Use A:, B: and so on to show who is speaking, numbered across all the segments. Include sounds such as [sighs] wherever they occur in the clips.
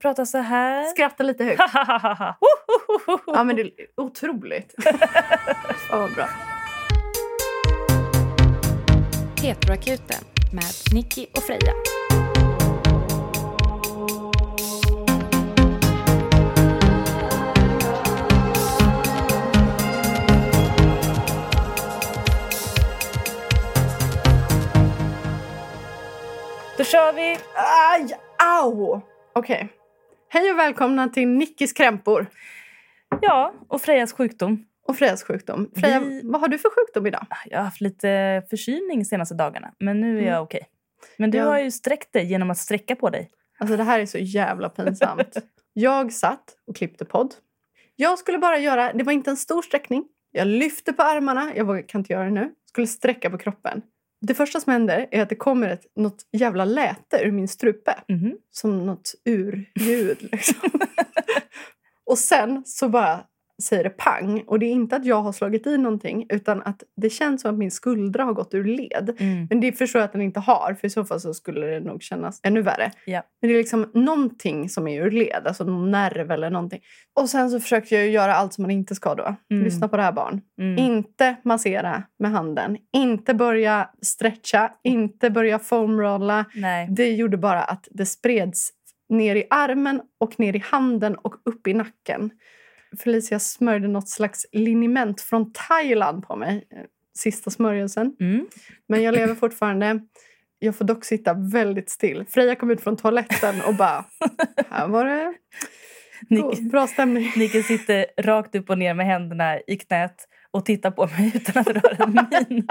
A: prata så här.
B: Skratta lite [laughs] högt. ja, men det är [laughs] otroligt. Fan vad bra.
C: Heteroakuten med Nicky och Freja.
A: Då kör vi!
B: Aj, au! Okej. Hej och välkomna till Nickis krämpor
A: Ja, och Frejas sjukdom.
B: och Frejas sjukdom. Freja,
A: Vi-
B: vad har du för sjukdom idag?
A: Jag har haft lite förkylning senaste dagarna, men nu är jag okej. Men du
B: Ja.
A: har ju sträckt dig genom att sträcka på dig.
B: Alltså det här är så jävla pinsamt. Jag satt och klippte podd. Jag skulle bara göra, det var inte en stor sträckning. Jag lyfte på armarna, jag vågar, kan inte göra det nu. Skulle sträcka på kroppen. Det första som händer är att det kommer ett, något jävla läte ur min strupe.
A: Mhm.
B: Som något urljud liksom. [laughs] och sen så bara säger det pang. Och det är inte att jag har slagit i någonting utan att det känns som att min skuldra har gått ur led.
A: Mm.
B: Men det förstår jag att den inte har, för i så fall så skulle det nog kännas ännu värre.
A: Ja.
B: Men det är liksom någonting som är ur led, alltså någon nerv eller någonting. Och sen så försökte jag ju göra allt som man inte ska då.
A: Mm.
B: Lyssna på det här barn.
A: Mm.
B: Inte massera med handen. Inte börja stretcha. Inte börja foamrolla.
A: Nej.
B: Det gjorde bara att det spreds ner i armen och ner i handen och upp i nacken. Felicia smörjde något slags liniment från Thailand på mig. eh, Sista smörjelsen.
A: Mm.
B: Men jag lever fortfarande. Jag får dock sitta väldigt still. Freja kom ut från toaletten och bara... Här var det
A: Nick,
B: god,
A: [laughs]
B: bra stämning.
A: Nicken sitter rakt upp och ner med händerna i knät och tittar på mig utan att röra en min.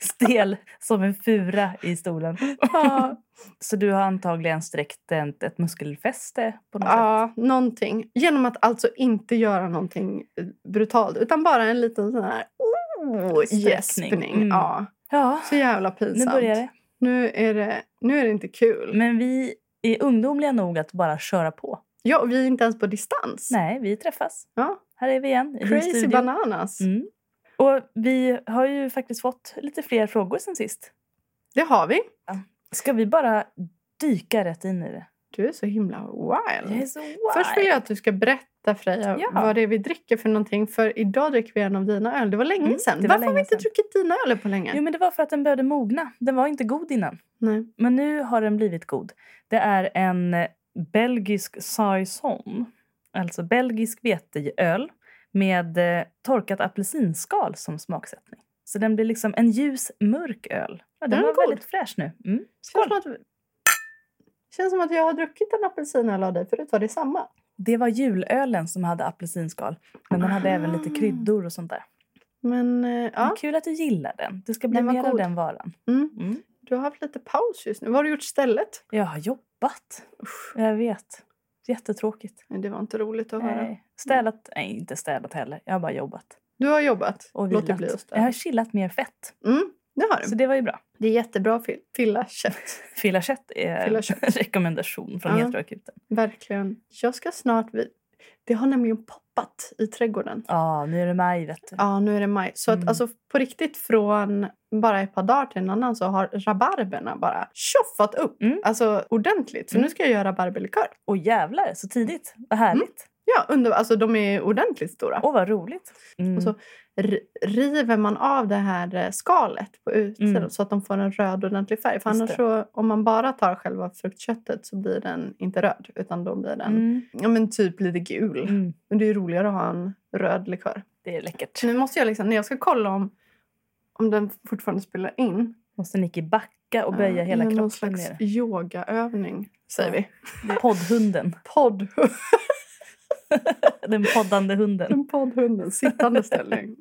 A: Stel som en fura i stolen.
B: Ja,
A: Så du har antagligen sträckt ett, ett muskelfäste på något sätt?
B: ja, någonting. Genom att alltså inte göra någonting eh, brutalt utan bara en liten sån här... Oh,
A: Sträckning.
B: gäspning.
A: Mm.
B: Ja,
A: Ja,
B: så jävla
A: nu
B: pinsamt.
A: börjar det.
B: Nu är det, nu är det inte kul.
A: Men vi är ungdomliga nog att bara köra på.
B: Ja, och vi är inte ens på distans.
A: Nej, vi träffas.
B: Ja,
A: Här är vi igen i din
B: crazy
A: studio.
B: bananas.
A: Mm. Och vi har ju faktiskt fått lite fler frågor sen sist.
B: Det har vi.
A: Ska vi bara dyka rätt in i det?
B: Du är så himla wild.
A: Jag är så wild.
B: Först vill jag att du ska berätta Freja
A: Ja.
B: vad det är vi dricker för någonting. För idag dricker vi en av dina öl. Det var länge
A: Mm,
B: sedan.
A: det var
B: Varför har vi
A: länge
B: inte
A: sedan.
B: druckit dina öl på länge?
A: Jo, men det var för att den behövde mogna. Den var inte god innan.
B: Nej.
A: Men nu har den blivit god. Det är en eh, belgisk saison. Alltså belgisk veteöl med eh, torkat apelsinskal som smaksättning. Så den blir liksom en ljus mörk öl. Ja, den
B: Den är
A: var
B: god.
A: väldigt fräsch nu. Mm.
B: Känns
A: Skål!
B: som, att... Känns som att jag har druckit en apelsinöl av dig förut. Var det samma?
A: Det var julölen som hade apelsinskal. Men den hade även lite
B: Ah.
A: kryddor och sånt där.
B: Men eh,
A: Men
B: ja,
A: kul att du gillar den. Du ska bli
B: Den var
A: mer av
B: god.
A: den varan.
B: mm.
A: Mm.
B: du har haft lite paus just nu. Vad har du gjort istället?
A: Jag har jobbat.
B: Usch,
A: Jag vet. Jättetråkigt.
B: nej, det var inte roligt att höra.
A: Nej. Städat? Nej, inte städat heller. Jag har bara jobbat.
B: Du har jobbat.
A: Och
B: Låt det
A: vilat.
B: bli just
A: jag har
B: det.
A: chillat mer fett.
B: Mm, det har
A: Så
B: du.
A: det var ju bra.
B: Det är jättebra fil- fylla
A: [laughs]
B: kött.
A: Fila kött är
B: Fylla kött.
A: [laughs] rekommendation från
B: Ja.
A: heteroakuten.
B: Verkligen. Jag ska snart... Vid... Det har nämligen poppat i trädgården.
A: Ja, nu är det maj vet du.
B: Ja, nu är det maj. Så att,
A: Mm.
B: alltså, på riktigt från bara ett par dagar till en annan så har rabarberna bara tjoffat upp.
A: Mm.
B: Alltså ordentligt. Så
A: Mm.
B: nu ska jag göra rabarberlikör.
A: Och jävlar, så tidigt. Vad härligt.
B: Ja, under, alltså de är ordentligt stora.
A: Åh, vad roligt. Mm.
B: Och så R- river man av det här eh, skalet på utsidan
A: Mm.
B: så att de får en röd ordentlig färg. För
A: Just
B: annars
A: det.
B: så, om man bara tar själva fruktköttet så blir den inte röd utan då blir den
A: mm.
B: ja, men typ lite gul.
A: Mm.
B: Men det är ju roligare att ha en röd likör.
A: Det är läckert.
B: Så nu måste jag liksom, när jag ska kolla om, om den fortfarande spelar in
A: Måste Nicky backa och böja
B: Ja,
A: hela
B: men
A: kroppen
B: Eh, Någon slags
A: ner.
B: yogaövning, säger
A: Ja.
B: vi.
A: Poddhunden.
B: Podd,
A: [laughs] Den poddande hunden.
B: den poddhunden, sittande ställning.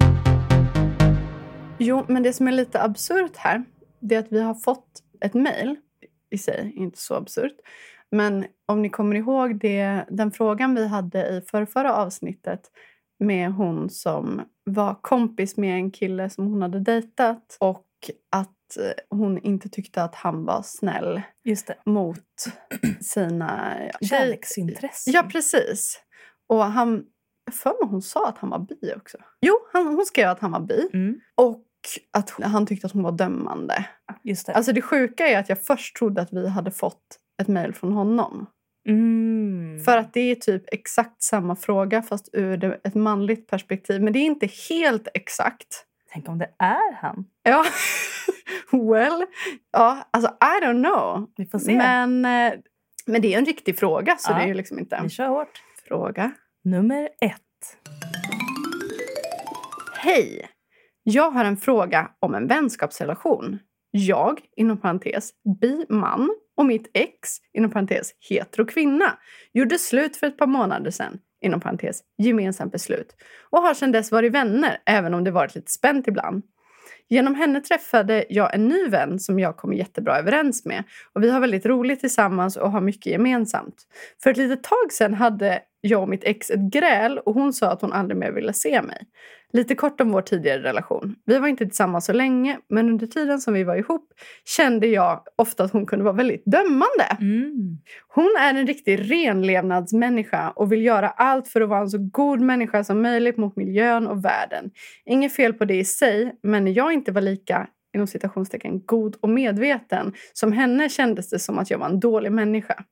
B: Jo, men det som är lite absurt här, det är att vi har fått ett mejl, i sig inte så absurt, men om ni kommer ihåg det, den frågan vi hade i förrförra avsnittet med hon som var kompis med en kille som hon hade dejtat och att eh, hon inte tyckte att han var snäll
A: Just det.
B: mot
A: [clears throat]
B: sina
A: Kärleksintressen.
B: Ja, precis. Och han... jag för mig hon sa att han var bi också. Jo, han, hon skrev att han var bi.
A: mm,
B: Och att hon, han tyckte att hon var dömande.
A: just det.
B: Alltså det sjuka är att jag först trodde att vi hade fått ett mejl från honom.
A: Mm.
B: För att det är typ exakt samma fråga fast ur det- ett manligt perspektiv. Men det är inte helt exakt.
A: Tänk om det är han.
B: Ja, [laughs] well. Ja, alltså I don't know.
A: Vi får se.
B: Men, eh, men det är en riktig fråga så
A: Ja.
B: det är ju liksom inte en
A: Vi kör hårt.
B: fråga.
A: Nummer ett.
B: Hej! Jag har en fråga om en vänskapsrelation. Jag, inom parentes, bi man och mitt ex, inom parentes, hetero kvinna, gjorde slut för ett par månader sedan, inom parentes, gemensamt beslut och har sedan dess varit vänner, även om det varit lite spänt ibland. Genom henne träffade jag en ny vän som jag kom jättebra överens med och vi har väldigt roligt tillsammans och har mycket gemensamt. För ett litet tag sedan hade jag och mitt ex ett gräl och hon sa att hon aldrig mer ville se mig. Lite kort om vår tidigare relation. Vi var inte tillsammans så länge, men under tiden som vi var ihop kände jag ofta att hon kunde vara väldigt dömande.
A: Mm.
B: Hon är en riktig renlevnadsmänniska och vill göra allt för att vara en så god människa som möjligt mot miljön och världen. Inget fel på det i sig, men när jag inte var lika inom citationstecken, god och medveten som henne kändes det som att jag var en dålig människa.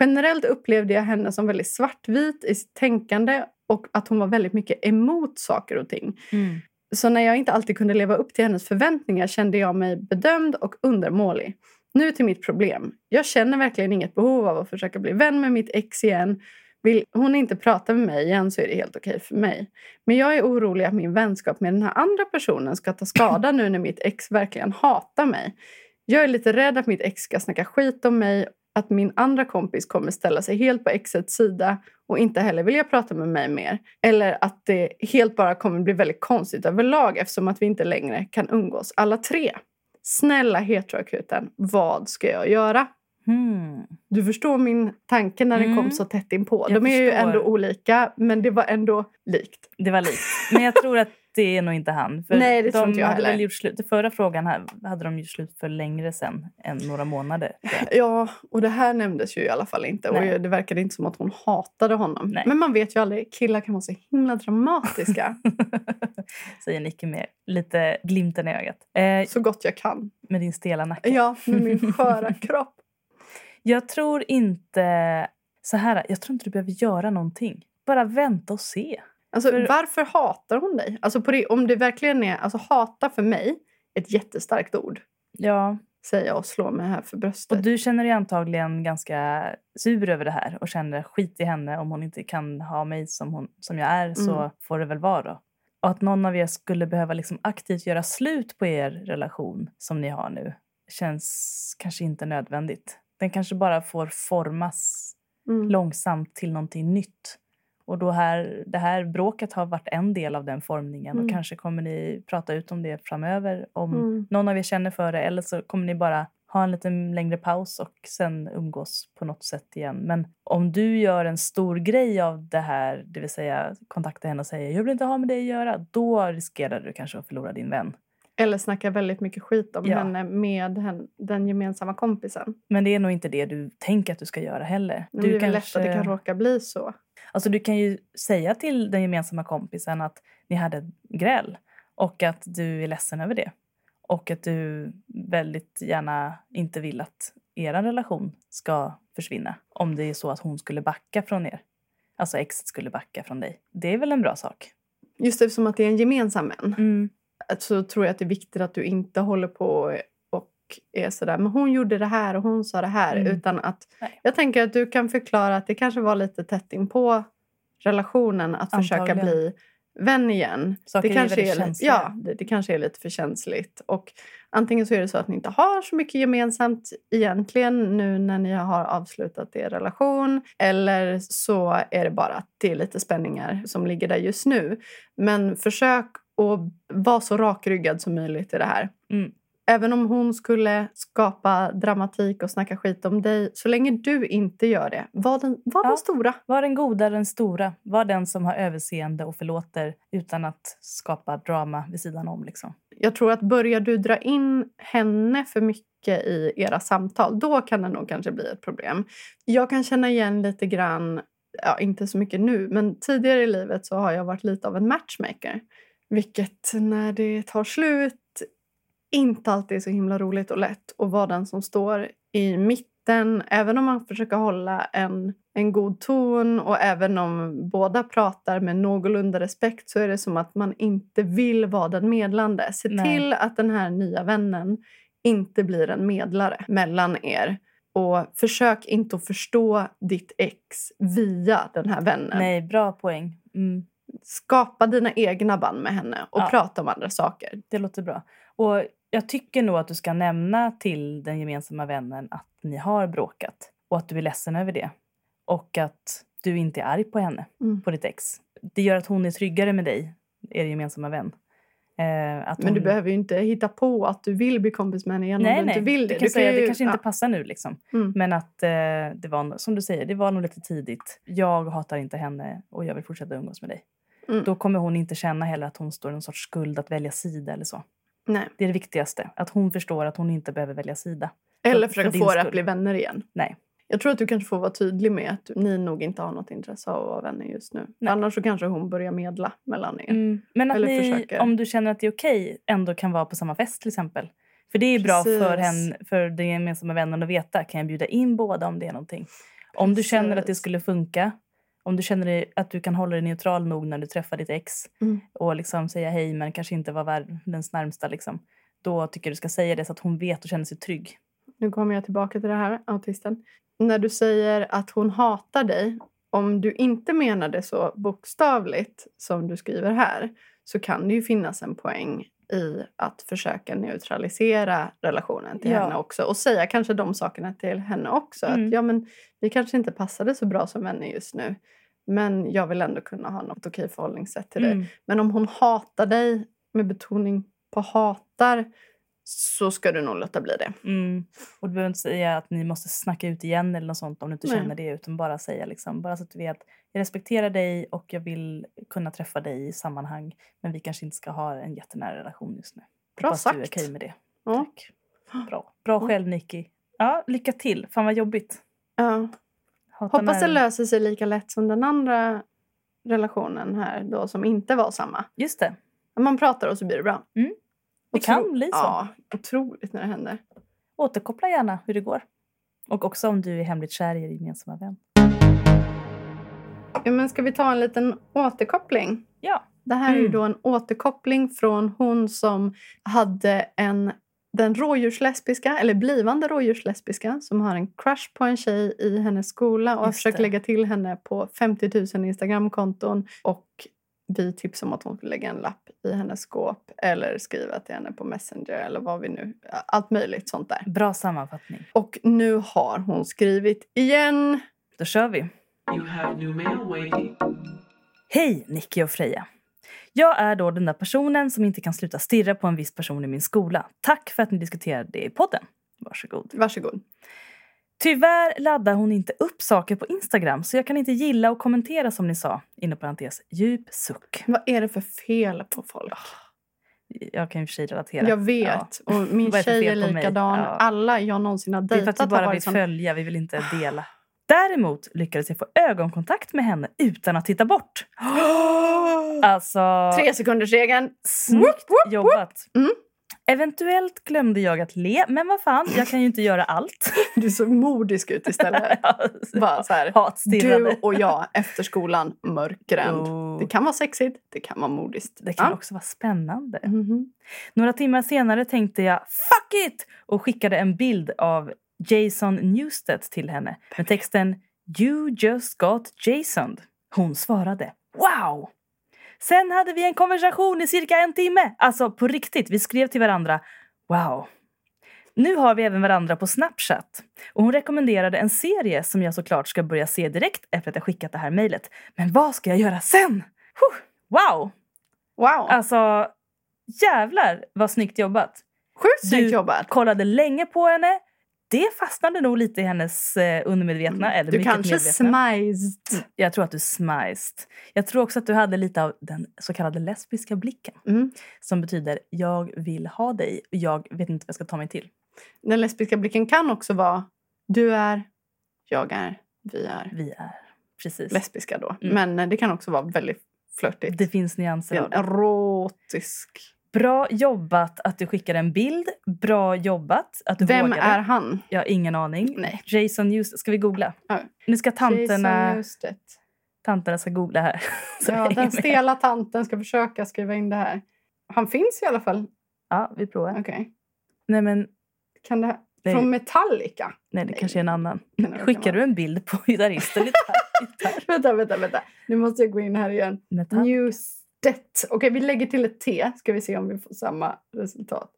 B: Generellt upplevde jag henne som väldigt svartvit i sitt tänkande och att hon var väldigt mycket emot saker och ting.
A: Mm.
B: Så när jag inte alltid kunde leva upp till hennes förväntningar kände jag mig bedömd och undermålig. Nu till mitt problem. Jag känner verkligen inget behov av att försöka bli vän med mitt ex igen. Vill hon inte prata med mig igen så är det helt okej för mig. Men jag är orolig att min vänskap med den här andra personen ska ta skada nu när mitt ex verkligen hatar mig. Jag är lite rädd att mitt ex ska snacka skit om mig, att min andra kompis kommer ställa sig helt på exets sida och inte heller vilja prata med mig mer. Eller att det helt bara kommer bli väldigt konstigt överlag eftersom att vi inte längre kan umgås alla tre. Snälla heteroakuten, vad ska jag göra?
A: Mm.
B: Du förstår min tanke när den
A: Mm.
B: kom så tätt inpå.
A: Jag
B: De är ju
A: förstår.
B: ändå olika, men det var ändå likt.
A: Det var likt. Men jag tror att det är nog inte han. För
B: Nej, det
A: de
B: tror inte jag
A: hade
B: heller.
A: Väl gjort slut. Den förra frågan här hade de gjort slut för längre sedan än några månader.
B: [laughs] Ja, och det här nämndes ju i alla fall inte.
A: Nej.
B: Och det verkade inte som att hon hatade honom.
A: Nej.
B: Men man vet ju aldrig. Killar kan vara så
A: [laughs]
B: himla dramatiska.
A: Säger Nicky med lite glimten i ögat. Eh,
B: så gott jag kan.
A: med din stela nacke.
B: Ja, med
A: [laughs]
B: min sköra kropp.
A: Jag tror inte... Så här, jag tror inte du behöver göra någonting. Bara vänta och se.
B: Alltså,
A: För-
B: Varför hatar hon dig? Alltså, på det, om det verkligen är... Alltså, hata för mig är ett jättestarkt ord.
A: Ja,
B: Säger jag och slår mig här för bröstet.
A: och du känner dig antagligen ganska sur över det här och känner skit i henne om hon inte kan ha mig som, hon, som jag är så
B: Mm.
A: får det väl vara då. Och att någon av er skulle behöva liksom aktivt göra slut på er relation som ni har nu känns kanske inte nödvändigt. Den kanske bara får formas
B: Mm.
A: långsamt till någonting nytt. Och då här, det här bråket har varit en del av den formningen och
B: Mm.
A: kanske kommer ni prata ut om det framöver om
B: Mm.
A: någon av er känner för det eller så kommer ni bara ha en lite längre paus och sen umgås på något sätt igen. Men om du gör en stor grej av det här, det vill säga kontakta henne och säga jag vill inte ha med dig att göra, då riskerar du kanske att förlora din vän.
B: Eller snackar väldigt mycket skit om
A: Ja.
B: henne med hen, den gemensamma kompisen.
A: Men det är nog inte det du tänker att du ska göra heller.
B: Men
A: du
B: det är väl lätt att det kan råka bli så.
A: Alltså du kan ju säga till den gemensamma kompisen att ni hade ett gräl och att du är ledsen över det. Och att du väldigt gärna inte vill att er relation ska försvinna. Om det är så att hon skulle backa från er. Alltså exet skulle backa från dig. Det är väl en bra sak?
B: Just eftersom att det är en gemensam vän
A: Mm.
B: så tror jag att det är viktigt att du inte håller på och är sådär men hon gjorde det här och hon sa det här.
A: Mm.
B: Utan att
A: Nej.
B: jag tänker att du kan förklara att det kanske var lite tätt in på relationen att försöka
A: Antagligen.
B: bli vän igen.
A: Saker är
B: kanske
A: väldigt
B: är lite,
A: känsliga.
B: ja, det, det kanske är lite för känsligt. Och antingen så är det så att ni inte har så mycket gemensamt egentligen nu när ni har avslutat er relation. Eller så är det bara att det är lite spänningar som ligger där just nu. Men försök att vara så rakryggad som möjligt i det här.
A: Mm.
B: Även om hon skulle skapa dramatik och snacka skit om dig, så länge du inte gör det, var den, var
A: Ja.
B: den stora.
A: Var den goda, den stora. Var den som har överseende och förlåter utan att skapa drama vid sidan om. Liksom.
B: jag tror att börjar du dra in henne för mycket i era samtal, då kan det nog kanske bli ett problem. Jag kan känna igen lite grann, ja, inte så mycket nu, men tidigare i livet så har jag varit lite av en matchmaker. Vilket när det tar slut inte alltid är så himla roligt och lätt att vara den som står i mitten den, även om man försöker hålla en, en god ton och även om båda pratar med någorlunda respekt så är det som att man inte vill vara den medlande. Se
A: Nej.
B: till att den här nya vännen inte blir en medlare mellan er. Och försök inte att förstå ditt ex via den här vännen.
A: Nej, bra poäng. Mm,
B: Skapa dina egna band med henne och
A: Ja.
B: prata om andra saker.
A: det låter bra. Och jag tycker nog att du ska nämna till den gemensamma vännen att ni har bråkat och att du är ledsen över det. Och att du inte är arg på henne,
B: Mm.
A: på ditt ex. Det gör att hon är tryggare med dig, er gemensamma vän. Eh, att
B: Men du
A: hon-
B: behöver ju inte hitta på att du vill bli kompis med henne igen om du inte vill det.
A: Du kan säga
B: ju-
A: det kanske
B: ja.
A: inte passar nu. Liksom.
B: Mm.
A: Men att eh, det var, no- som du säger, det var nog lite tidigt. Jag hatar inte henne och jag vill fortsätta umgås med dig.
B: Mm.
A: Då kommer hon inte känna heller att hon står i någon sorts skuld att välja sida eller så.
B: Nej.
A: Det är det viktigaste, att hon förstår att hon inte behöver välja sida.
B: Eller
A: för
B: försöka
A: din
B: få er att
A: skull.
B: bli vänner igen.
A: Nej.
B: Jag tror att du kanske får vara tydlig med att ni nog inte har något intresse av att vara vänner just nu.
A: Nej.
B: Annars så kanske hon börjar medla mellan er.
A: Mm. Men att
B: Eller
A: ni,
B: försöker.
A: om du känner att det är okej, ändå kan vara på samma fest till exempel. För det är bra för,
B: Precis.
A: hen, för den gemensamma vännen att veta. Kan jag bjuda in båda om det är någonting? Om du känner att det
B: Precis.
A: skulle funka, om du känner dig- att du kan hålla dig neutral nog när du träffar ditt ex
B: Mm.
A: och liksom säga hej men kanske inte vara världens närmsta liksom. Då tycker jag du ska säga det så att hon vet och känner sig trygg.
B: Nu kommer jag tillbaka till det här, autisten. När du säger att hon hatar dig, om du inte menar det så bokstavligt som du skriver här, så kan det ju finnas en poäng i att försöka neutralisera relationen till
A: Ja.
B: henne också och säga kanske de sakerna till henne också.
A: Mm.
B: Att ja, men vi kanske inte passade så bra som vänner just nu, men jag vill ändå kunna ha något okej förhållningssätt till dig.
A: Mm.
B: Men om hon hatar dig, med betoning på hatar, så ska du nog låta bli det.
A: Mm. Och du behöver inte säga att ni måste snacka ut igen eller något sånt om du inte
B: Nej.
A: känner det utan bara säga liksom, bara så att du vet jag respekterar dig och jag vill kunna träffa dig i sammanhang men vi kanske inte ska ha en jättenära relation just nu.
B: Bra
A: Hoppas du är
B: sagt.
A: okej med det.
B: Ja.
A: Tack. Bra. Bra
B: Ja.
A: själv Nicky. Ja, lycka till. Fan vad jobbigt.
B: Ja.
A: Hatar
B: Hoppas
A: när-
B: det löser sig lika lätt som den andra relationen här då som inte var samma.
A: Just det.
B: Man pratar och så blir det bra.
A: Mm.
B: Och
A: Det kan
B: tro-
A: bli så.
B: Ja, otroligt när det händer.
A: Återkoppla gärna hur det går. Och också om du är hemligt kär i er gemensamma vän.
B: Ja, men ska vi ta en liten återkoppling?
A: Ja.
B: Det här är ju
A: Mm.
B: då en återkoppling från hon som hade en den rådjurslesbiska, eller blivande rådjurslesbiska som har en crush på en tjej i hennes skola och har
A: Just
B: försökt
A: det.
B: lägga till henne på 50 000 Instagramkonton och vi tipsade om att hon skulle lägga en lapp i hennes skåp eller skriva till henne på Messenger eller vad vi nu... Allt möjligt sånt där.
A: Bra sammanfattning.
B: Och nu har hon skrivit igen.
A: Då kör vi.
D: You have new mail waiting.
A: Hej Nicky och Freja. Jag är då den där personen som inte kan sluta stirra på en viss person i min skola. Tack för att ni diskuterade det i podden. Varsågod.
B: Varsågod.
A: Tyvärr laddar hon inte upp saker på Instagram så jag kan inte gilla och kommentera som ni sa. Inom parentes, djup suck.
B: Vad är det för fel på folk?
A: Ah. Jag kan ju i och för sig relatera.
B: Jag vet. Och
A: [laughs]
B: min
A: Vad är det för
B: tjej är
A: fel på mig?
B: likadan.
A: Ja.
B: Alla jag någonsin har
A: Det är för att vi
B: dejtat liksom- har
A: bara vill
B: varit sån.
A: följa, vi vill inte dela. Däremot lyckades jag få ögonkontakt med henne utan att titta bort. [gasps] Alltså...
B: Tre sekunders regeln.
A: Snyggt jobbat!
B: Mm.
A: Eventuellt glömde jag att le, men vad fan, jag kan ju inte göra allt.
B: Du såg mordisk
A: [laughs]
B: ut istället. Bara så här.
A: Hatstirrade.
B: Du och jag efter skolan, mörkgränd.
A: Oh.
B: Det kan vara sexigt, det kan vara modiskt.
A: Det kan
B: Ja.
A: också vara spännande.
B: Mhm.
A: Några timmar senare tänkte jag fuck it och skickade en bild av Jason Newstedt till henne med texten You just got Jasoned. Hon svarade wow. Sen hade vi en konversation i cirka en timme. Alltså på riktigt, vi skrev till varandra wow. Nu har vi även varandra på Snapchat. Och hon rekommenderade en serie som jag såklart ska börja se direkt efter att jag skickat det här mejlet. Men vad ska jag göra sen? Huh, Wow!
B: Wow,
A: Alltså, jävlar vad snyggt jobbat.
B: sjukt snyggt
A: du-
B: jobbat.
A: Kollade länge på henne. Det fastnade nog lite i hennes eh, undermedvetna. Eller
B: Mm. Du
A: mycket
B: kanske
A: medvetna.
B: smajst.
A: Jag tror att du smajst. Jag tror också att du hade lite av den så kallade lesbiska blicken.
B: Mm.
A: Som betyder jag vill ha dig. Jag vet inte vad jag ska ta mig till.
B: Den lesbiska blicken kan också vara du är, jag är, vi är.
A: Vi är precis.
B: Lesbiska då.
A: Mm.
B: Men eh, det kan också vara väldigt flörtigt.
A: Det finns nyanser. av
B: en
A: det.
B: erotisk
A: Bra jobbat att du skickade en bild. Bra jobbat att du
B: Vem
A: vågade.
B: är han?
A: Jag har ingen aning.
B: Nej.
A: Jason Newsted. Ska vi googla?
B: Ja.
A: Nu ska tanterna,
B: Jason Newsted.
A: tanterna ska googla här. [laughs] Så
B: Ja,
A: häng
B: den
A: med.
B: stela tanten ska försöka skriva in det här. Han finns i alla fall.
A: ja, vi provar.
B: Okej.
A: Nej, men
B: Kan det här...
A: Nej.
B: Mm. Från Metallica?
A: nej, det
B: Nej.
A: kanske är en annan.
B: Kan det verkligen
A: Skickar du
B: vara.
A: en bild på gitarristen? Gitarr-
B: [laughs]
A: gitarr-
B: Vänta, vänta, vänta. Nu måste jag gå in här igen.
A: metall.
B: Newstet. Okej, vi lägger till ett T. Ska vi se om vi får samma resultat.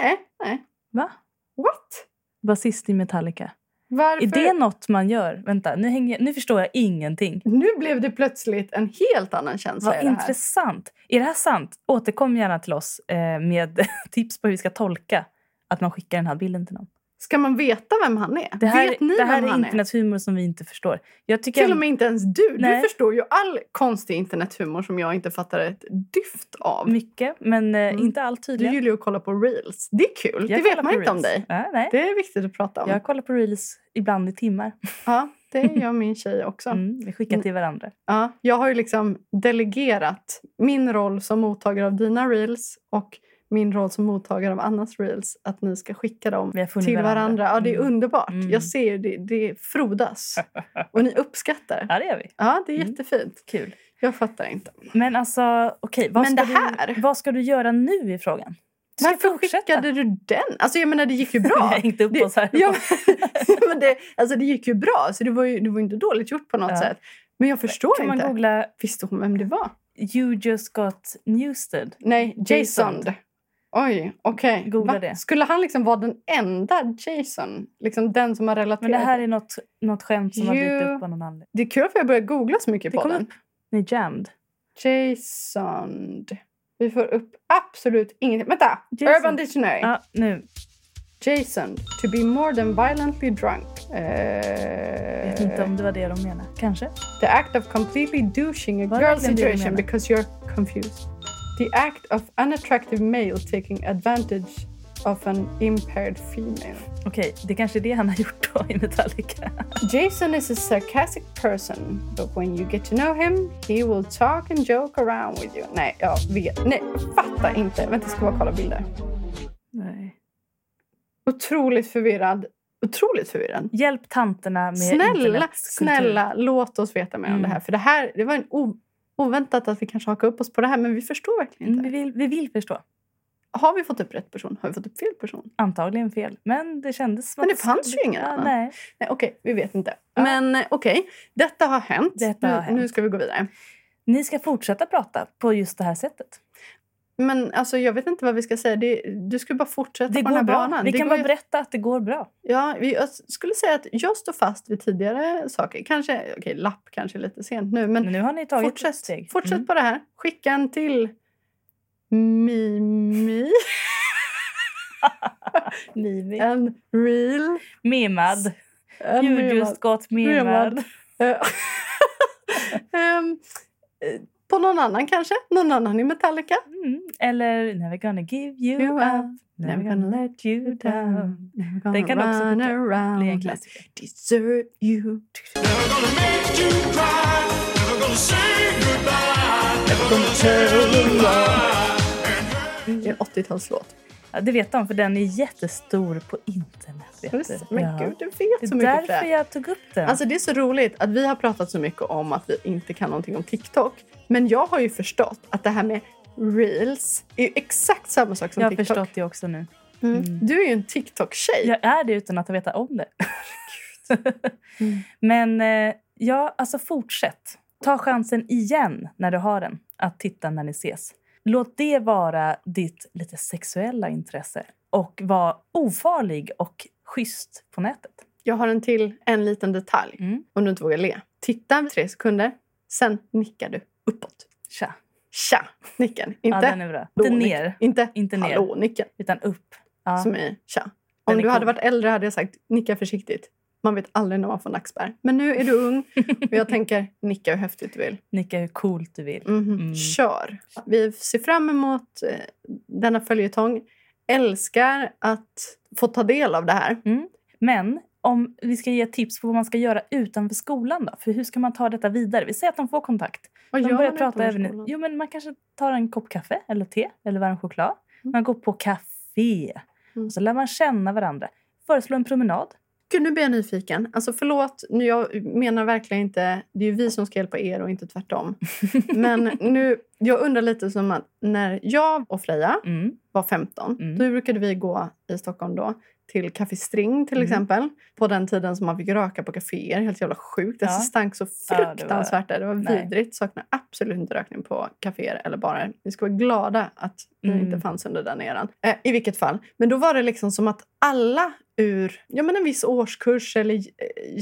B: Nej, nej.
A: Va?
B: What?
A: Basist i Metallica.
B: Varför?
A: Är det något man gör? Vänta, nu, hänger, nu förstår jag ingenting.
B: Nu blev det plötsligt en helt annan känsla
A: Vad
B: i det här.
A: intressant. Är det här sant? Återkom gärna till oss eh, med [laughs] tips på hur vi ska tolka att man skickar den här bilden till någon.
B: Ska man veta vem han är?
A: Det här,
B: Vet ni
A: det här
B: vem
A: är
B: han
A: internethumor som vi inte förstår. Jag
B: är?
A: tycker
B: Till och med inte ens du.
A: Nej.
B: Du förstår ju all konstig internethumor som jag inte fattar ett dyft av.
A: mycket, men eh,
B: Mm.
A: inte allt
B: Du
A: tydligen.
B: gillar ju att kolla på reels. Det är kul.
A: Jag
B: det vet
A: kollar
B: man
A: på
B: inte om
A: reels.
B: dig.
A: Ja, nej.
B: Det är viktigt att prata om.
A: Jag kollar på reels ibland i timmar.
B: Ja,
A: [laughs]
B: det gör min tjej också.
A: Mm, vi skickar till varandra.
B: Ja, jag har ju liksom delegerat min roll som mottagare av dina reels och min roll som mottagare av Annas reels, att ni ska skicka dem
A: Vi har funnit
B: till
A: varandra.
B: varandra. Ja, det är
A: Mm.
B: underbart.
A: Mm.
B: Jag ser ju det, det
A: [laughs]
B: frodas. Och ni uppskattar.
A: Ja, det gör vi.
B: Ja, det är
A: Mm.
B: jättefint.
A: Kul.
B: Jag fattar inte.
A: Men alltså, okej. vad,
B: Men
A: ska
B: det
A: du-
B: här-
A: vad ska du göra nu i frågan? Du ska
B: Varför
A: fortsätta. [laughs]
B: skickade du den? Alltså, jag menar, det gick ju
A: Vi
B: bra.
A: har hängt upp
B: Det-
A: oss här.
B: Ja, [laughs] men- men det, alltså det gick ju bra, så det var ju, det var ju inte dåligt gjort på något
A: Ja.
B: sätt. Men jag förstår
A: kan man
B: inte.
A: googla
B: Visste hon vem det var?
A: “You just got newsted”?
B: Nej,
A: Jason.
B: Jason. Oj, okej.
A: Googla
B: Va?
A: det.
B: Skulle han liksom vara den enda Jason? Liksom den som har relaterat?
A: Men det här är något, något skämt som har dykt
B: You-
A: upp av någon anledning.
B: Det är kul för jag börjar googla så mycket
A: Det
B: på
A: kom
B: den.
A: upp. Nej, jammed.
B: Jason. Vi får upp absolut ingenting. Vänta!
A: Jason.
B: Urban Dictionary.
A: Ja, nu.
B: Jason. To be more than violently drunk. Eh,
A: Jag vet inte om det var det de menade. Kanske.
B: The act of completely douching a
A: Var det
B: girl's
A: verkligen det du
B: situation
A: menar?
B: because you're confused. The act of unattractive male taking advantage of an impaired female.
A: Okej, det kanske är det han har gjort då i Metallica.
B: Jason is a sarcastic person, but when you get to know him, he will talk and joke around with you. Nej, jag vet. Nej, jag fattar inte. Vänta, jag ska bara kolla bilder.
A: Nej.
B: Otroligt förvirrad. Otroligt förvirrad.
A: Hjälp tanterna med
B: Snälla,
A: internetskulptur.
B: snälla, låt oss veta mer om
A: Mm.
B: det här. För det här, det var en o- oväntat att vi kanske hakar upp oss på det här, men vi förstår verkligen inte.
A: Mm, vi, vill, vi vill förstå.
B: Har vi fått upp rätt person? Har vi fått upp fel person?
A: Antagligen fel. Men det kändes som
B: Men
A: att
B: det fanns ju ingen
A: ja,
B: annan.
A: Nej.
B: Nej, okej, vi vet inte.
A: Ja.
B: Men eh, okej, detta har hänt.
A: Detta
B: nu,
A: har hänt.
B: nu ska vi gå vidare.
A: Ni ska fortsätta prata på just det här sättet.
B: Men alltså, jag vet inte vad vi ska säga. Det, du ska bara fortsätta
A: Det
B: på den
A: går
B: här
A: bra.
B: banan.
A: Vi
B: Det
A: kan
B: går
A: bara
B: ju-
A: berätta att det går bra.
B: Ja, vi, jag skulle säga att jag står fast vid tidigare saker. Kanske, okej, lapp kanske är lite sent nu. Men
A: Men nu har ni tagit ett
B: fortsätt,
A: steg.
B: fortsätt
A: Mm.
B: på det här. Skicka en till
A: [laughs]
B: Mimi.
A: Livet.
B: En reel.
A: Mimad.
B: En
A: You
B: mimad.
A: just got mimad.
B: Mimad. Eh, [laughs] ehm, eh, på någon annan kanske? Någon annan i Metallica?
A: Mm. Eller Never gonna give you,
B: You
A: up.
B: up.
A: Never gonna let you down.
B: Den kan också
A: run Bli en
B: around
A: klassiker.
B: Deserve you.
E: Never gonna make you cry. Never gonna say goodbye. Never gonna
B: Det är en 80-talslåt.
A: Ja, det vet de, för den är jättestor på internet. Vet du?
B: Men
A: Ja.
B: gud,
A: Det
B: du vet så
A: är
B: mycket
A: därför
B: Fred.
A: jag tog upp den.
B: Alltså det är så roligt att vi har pratat så mycket om att vi inte kan någonting om TikTok. Men jag har ju förstått att det här med reels är ju exakt samma sak som
A: jag har
B: TikTok.
A: förstått det också nu.
B: Mm.
A: Mm.
B: Du är ju en TikTok-tjej.
A: Jag är det utan att veta om det. [laughs] Men eh, ja, alltså fortsätt. Ta chansen igen när du har den, att titta när ni ses. Låt det vara ditt lite sexuella intresse och var ofarlig och schysst på nätet.
B: Jag har en till, en liten detalj.
A: Mm.
B: Om du inte vågar le. Titta tre sekunder, sen nickar du uppåt.
A: Tja.
B: Tja! Nicken. Inte
A: Ja, den är bra. Inte
B: hallå,
A: ner,
B: Inte,
A: Inte
B: inte
A: ner.
B: hallå nicken.
A: utan upp. Ja.
B: Som är tja.
A: Den
B: Om
A: är
B: du hade
A: cool.
B: varit äldre hade jag sagt nicka försiktigt. Man vet aldrig när man får nackspärr. Men nu är du ung
A: [laughs]
B: och jag tänker nicka hur häftigt du vill.
A: Nicka hur coolt du vill.
B: Mhm.
A: Mm.
B: Kör! Vi ser fram emot eh, denna följetong. Älskar att få ta del av det här.
A: Men om vi ska ge tips på vad man ska göra utanför skolan då? För hur ska man ta detta vidare? Vi säger att de får kontakt.
B: Vad
A: De
B: gör
A: börjar
B: man
A: prata
B: utanför
A: även...
B: skolan?
A: Jo, men man kanske tar en kopp kaffe eller te eller varm choklad. Man går på café.
B: Mm.
A: Och så lär man känna varandra. Föreslå en promenad.
B: Gud, nu blir jag nyfiken. Alltså förlåt, nu, jag menar verkligen inte... Det är ju vi som ska hjälpa er och inte [laughs] tvärtom. Men nu, jag undrar lite som att när jag och Freja
A: Mm.
B: var 15,
A: Mm.
B: då brukade vi gå i Stockholm då till Café String till
A: Mm.
B: exempel. På den tiden som man fick röka på kaféer. Helt jävla sjukt. Det
A: Ja.
B: stank så
A: Ja, det var-
B: fruktansvärt där. Det var
A: Nej.
B: vidrigt. Saknar absolut inte rökning på kaféer eller barer. Vi ska vara glada att det
A: Mm.
B: inte fanns under den eran. Eh, I vilket fall. Men då var det liksom som att alla ur ja, men en viss årskurs eller eh,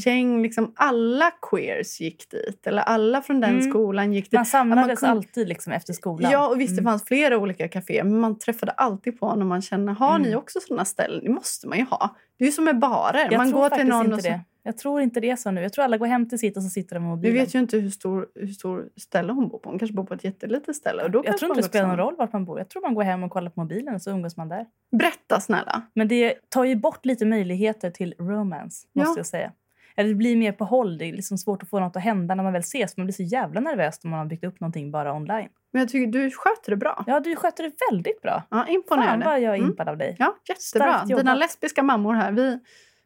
B: gäng, liksom alla queers gick dit. Eller alla från den
A: Mm.
B: skolan gick dit.
A: Man samlades
B: kunde-
A: alltid liksom efter skolan.
B: Ja, och visst det
A: Mm.
B: fanns flera olika kaféer men man träffade alltid på någon man känner. Har ni
A: Mm.
B: också sådana ställen? Det måste man ju ha. Det är ju som med barer.
A: Jag
B: man
A: tror
B: går till
A: faktiskt
B: någon
A: inte
B: och så,
A: det. Jag tror inte det är så nu. Jag tror alla går hem till sitt och så sitter de med
B: Vi
A: mobilen.
B: vet ju inte hur stor, hur stor ställe hon bor på. Hon kanske bor på ett jättelitet ställe. Och då
A: jag
B: kanske
A: tror
B: man liksom
A: inte det
B: går
A: spelar någon
B: tillsammans.
A: roll vart man bor. Jag tror man går hem och kollar på mobilen och så umgås man där.
B: Berätta snälla.
A: Men det tar ju bort lite möjligheter till romance,
B: Ja.
A: måste jag säga. Eller det blir mer på håll. Det är liksom svårt att få något att hända när man väl ses. Man blir så jävla nervös när man har byggt upp någonting bara online.
B: Men jag tycker du sköter det bra.
A: Ja, du sköter det väldigt bra.
B: Ja,
A: Fan
B: imponerande.
A: vad jag är
B: Mm.
A: impad av dig.
B: Ja, jättebra.
A: Starkt jobbat.
B: Dina lesbiska mammor här. Vi,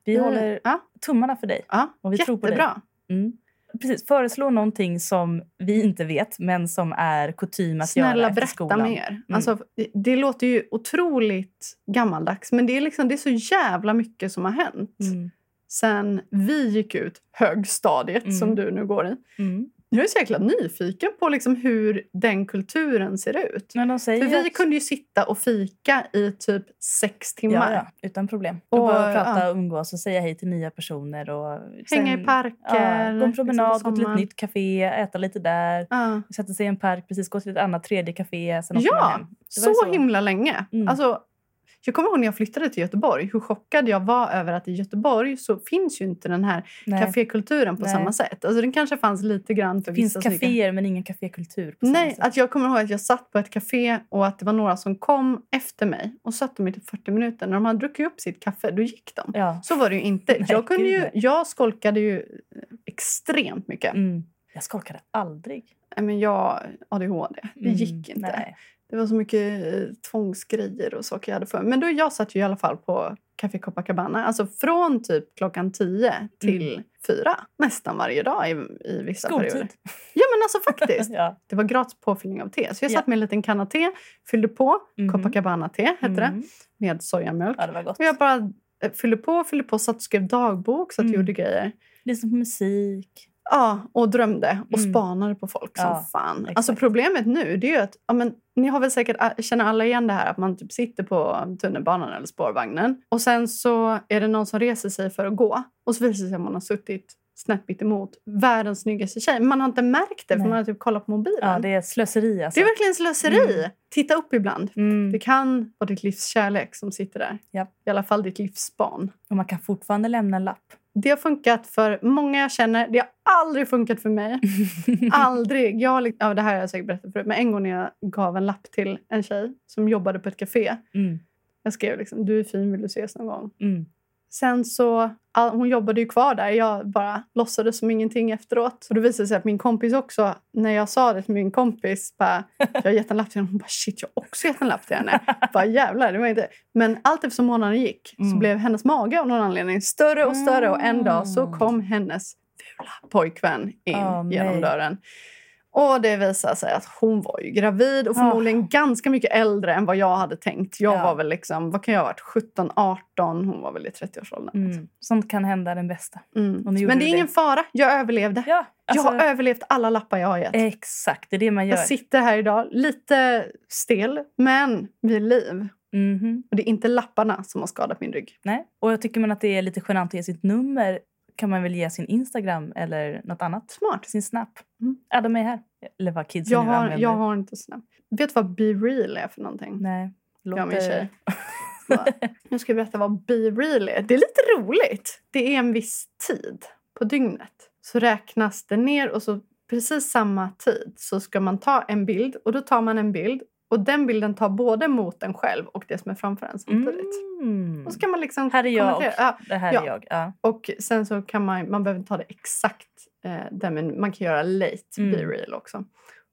A: Vi håller
B: Ja,
A: tummarna för dig.
B: ja,
A: Och vi
B: Mm. jättebra.
A: tror på dig. Mm. Precis, föreslå någonting som vi inte vet men som är kutym att göra
B: Snälla
A: efter
B: berätta
A: skolan. Mm.
B: mer. Alltså, det, det låter ju otroligt gammaldags men det är, liksom, det är så jävla mycket som har hänt.
A: Mm.
B: sen vi gick ut högstadiet
A: Mm.
B: som du nu går i.
A: Mm.
B: Jag är så jäkla nyfiken på liksom hur den kulturen ser ut.
A: Men de säger
B: För
A: ju
B: vi
A: att-
B: kunde ju sitta och fika i typ sex timmar.
A: Ja, ja, utan problem. Och,
B: Och,
A: bara prata
B: ja.
A: och umgås och säga hej till nya personer. Och
B: Hänga
A: sen-
B: i parker.
A: Ja, gå en promenad,
B: liksom
A: gå
B: på
A: till ett
B: sommaren.
A: nytt café, äta lite där.
B: Ja.
A: Sätta sig i en park, precis gå till ett annat tredje café. Sen åker
B: Ja,
A: man hem. Det var
B: Så,
A: ju
B: himla länge.
A: Mm.
B: Alltså, jag kommer ihåg när jag flyttade till Göteborg hur chockad jag var över att i Göteborg så finns ju inte den här
A: Nej.
B: kafékulturen på
A: Nej.
B: samma sätt. Alltså, den kanske fanns lite grann för
A: Det finns
B: vissa snygga-
A: kaféer men ingen kafékultur. På samma
B: Nej,
A: sätt.
B: att jag kommer ihåg att jag satt på ett café och att det var några som kom efter mig och satt de i typ 40 minuter. När de hade druckit upp sitt kaffe, då gick de.
A: Ja.
B: Så var det ju inte.
A: Nej,
B: jag, kunde
A: gud,
B: ju,
A: nej.
B: jag skolkade ju eh, extremt mycket.
A: Mm. Jag skolkade aldrig.
B: Nej, Men jag ADHD. Det
A: Mm,
B: gick inte.
A: Nej.
B: Det var så mycket eh, tvångsgrejer och saker jag hade för mig. Men då, jag satt ju i alla fall på Café Copacabana. Alltså från typ klockan 10 till 4. Nästan varje dag i, i vissa perioder.
A: Mm. Skoltid.
B: Ja men alltså
A: [laughs]
B: faktiskt.
A: Ja.
B: Det var gratis påfyllning av te. Så jag
A: Ja.
B: satt med en liten kanna te, fyllde på
A: Mhm.
B: Copacabana-te hette det,
A: Mm.
B: med sojamjölk.
A: Ja, det var gott.
B: Och jag bara eh, fyllde på, fyllde på, satt och skrev dagbok, satt och
A: Mm.
B: gjorde grejer.
A: Lyssnade på Liksom musik.
B: Ja, och drömde och
A: Mm.
B: spanade på folk
A: Ja,
B: som fan.
A: exakt.
B: Alltså problemet nu det är ju att, ja, men, ni har väl säkert, a- känner alla igen det här att man typ sitter på tunnelbanan eller spårvagnen och sen så är det någon som reser sig för att gå och så visar det sig att man har suttit snett mitt emot världens snyggaste tjej. Men Man har inte märkt det för
A: Nej.
B: man har typ kollat på mobilen.
A: Ja, det är slöseri alltså.
B: Det är verkligen slöseri.
A: Mm.
B: Titta upp ibland.
A: Mm.
B: Det kan vara ditt livs kärlek som sitter där.
A: Ja.
B: I alla fall ditt livs barn.
A: Och man kan fortfarande lämna en
B: [laughs]
A: lapp.
B: Det har funkat för många jag känner. Det har aldrig funkat
A: [laughs]
B: för mig. Ah. Aldrig. Jag, har li- ja, det här har jag säkert berättat förut. Men en gång när jag gav en lapp till en tjej som jobbade på ett café.
A: Mm.
B: Jag skrev liksom, du är fin, vill du ses någon gång?
A: Mm.
B: Sen så, all, hon jobbade ju kvar där. Jag bara låtsades som ingenting efteråt. Och då visade det sig att min kompis också, när jag sa det till min kompis, bara, jag har gett en lapp till henne. Hon bara, shit, jag har också gett en lapp till henne. Jag bara, jävlar, det var inte... Men allt eftersom månaden gick så
A: Mm.
B: blev hennes mage av någon anledning större och större. Och en dag så kom hennes fula pojkvän in
A: Åh, Ah. nej.
B: genom dörren. Och det visade sig att hon var ju gravid och
A: Ah.
B: förmodligen ganska mycket äldre än vad jag hade tänkt. Jag
A: Ja.
B: var väl liksom, vad kan jag ha varit, 17, 18? Hon var väl i 30-årsåldern.
A: Mm. Sånt kan hända den bästa.
B: Mm.
A: Och nu gjorde
B: Men det
A: du
B: är ingen
A: det.
B: fara, jag överlevde.
A: Ja, alltså,
B: jag har överlevt alla lappar jag har gett.
A: Exakt, det är det man gör.
B: jag sitter här idag, lite stel, men vid liv.
A: Mhm.
B: Och det är inte lapparna som har skadat min rygg.
A: Nej. Och jag tycker man att det är lite genant att ge sitt nummer kan man väl ge sin Instagram eller något annat.
B: Smart.
A: Sin Snap.
B: Mm.
A: Adda mig här. Eller vad kidsen
B: Jag
A: nu
B: har,
A: använder.
B: jag har inte snabbt. Vet du vad Be Real är för någonting?
A: Nej.
B: Jag och min
A: låter- [laughs]
B: tjej. Så, nu ska jag berätta vad Be Real är. Det är lite roligt. Det är en viss tid på dygnet. Så räknas det ner och så precis samma tid så ska man ta en bild och då tar man en bild och den bilden tar både mot en själv och det som är framför en samtidigt.
A: Mm.
B: Och så kan man liksom
A: Här är jag och
B: kommentera. Ja,
A: det här
B: Ja.
A: är jag. Ja.
B: och sen så kan man, man behöver inte ta det exakt eh, där, men man kan göra late
A: Mm.
B: be real också.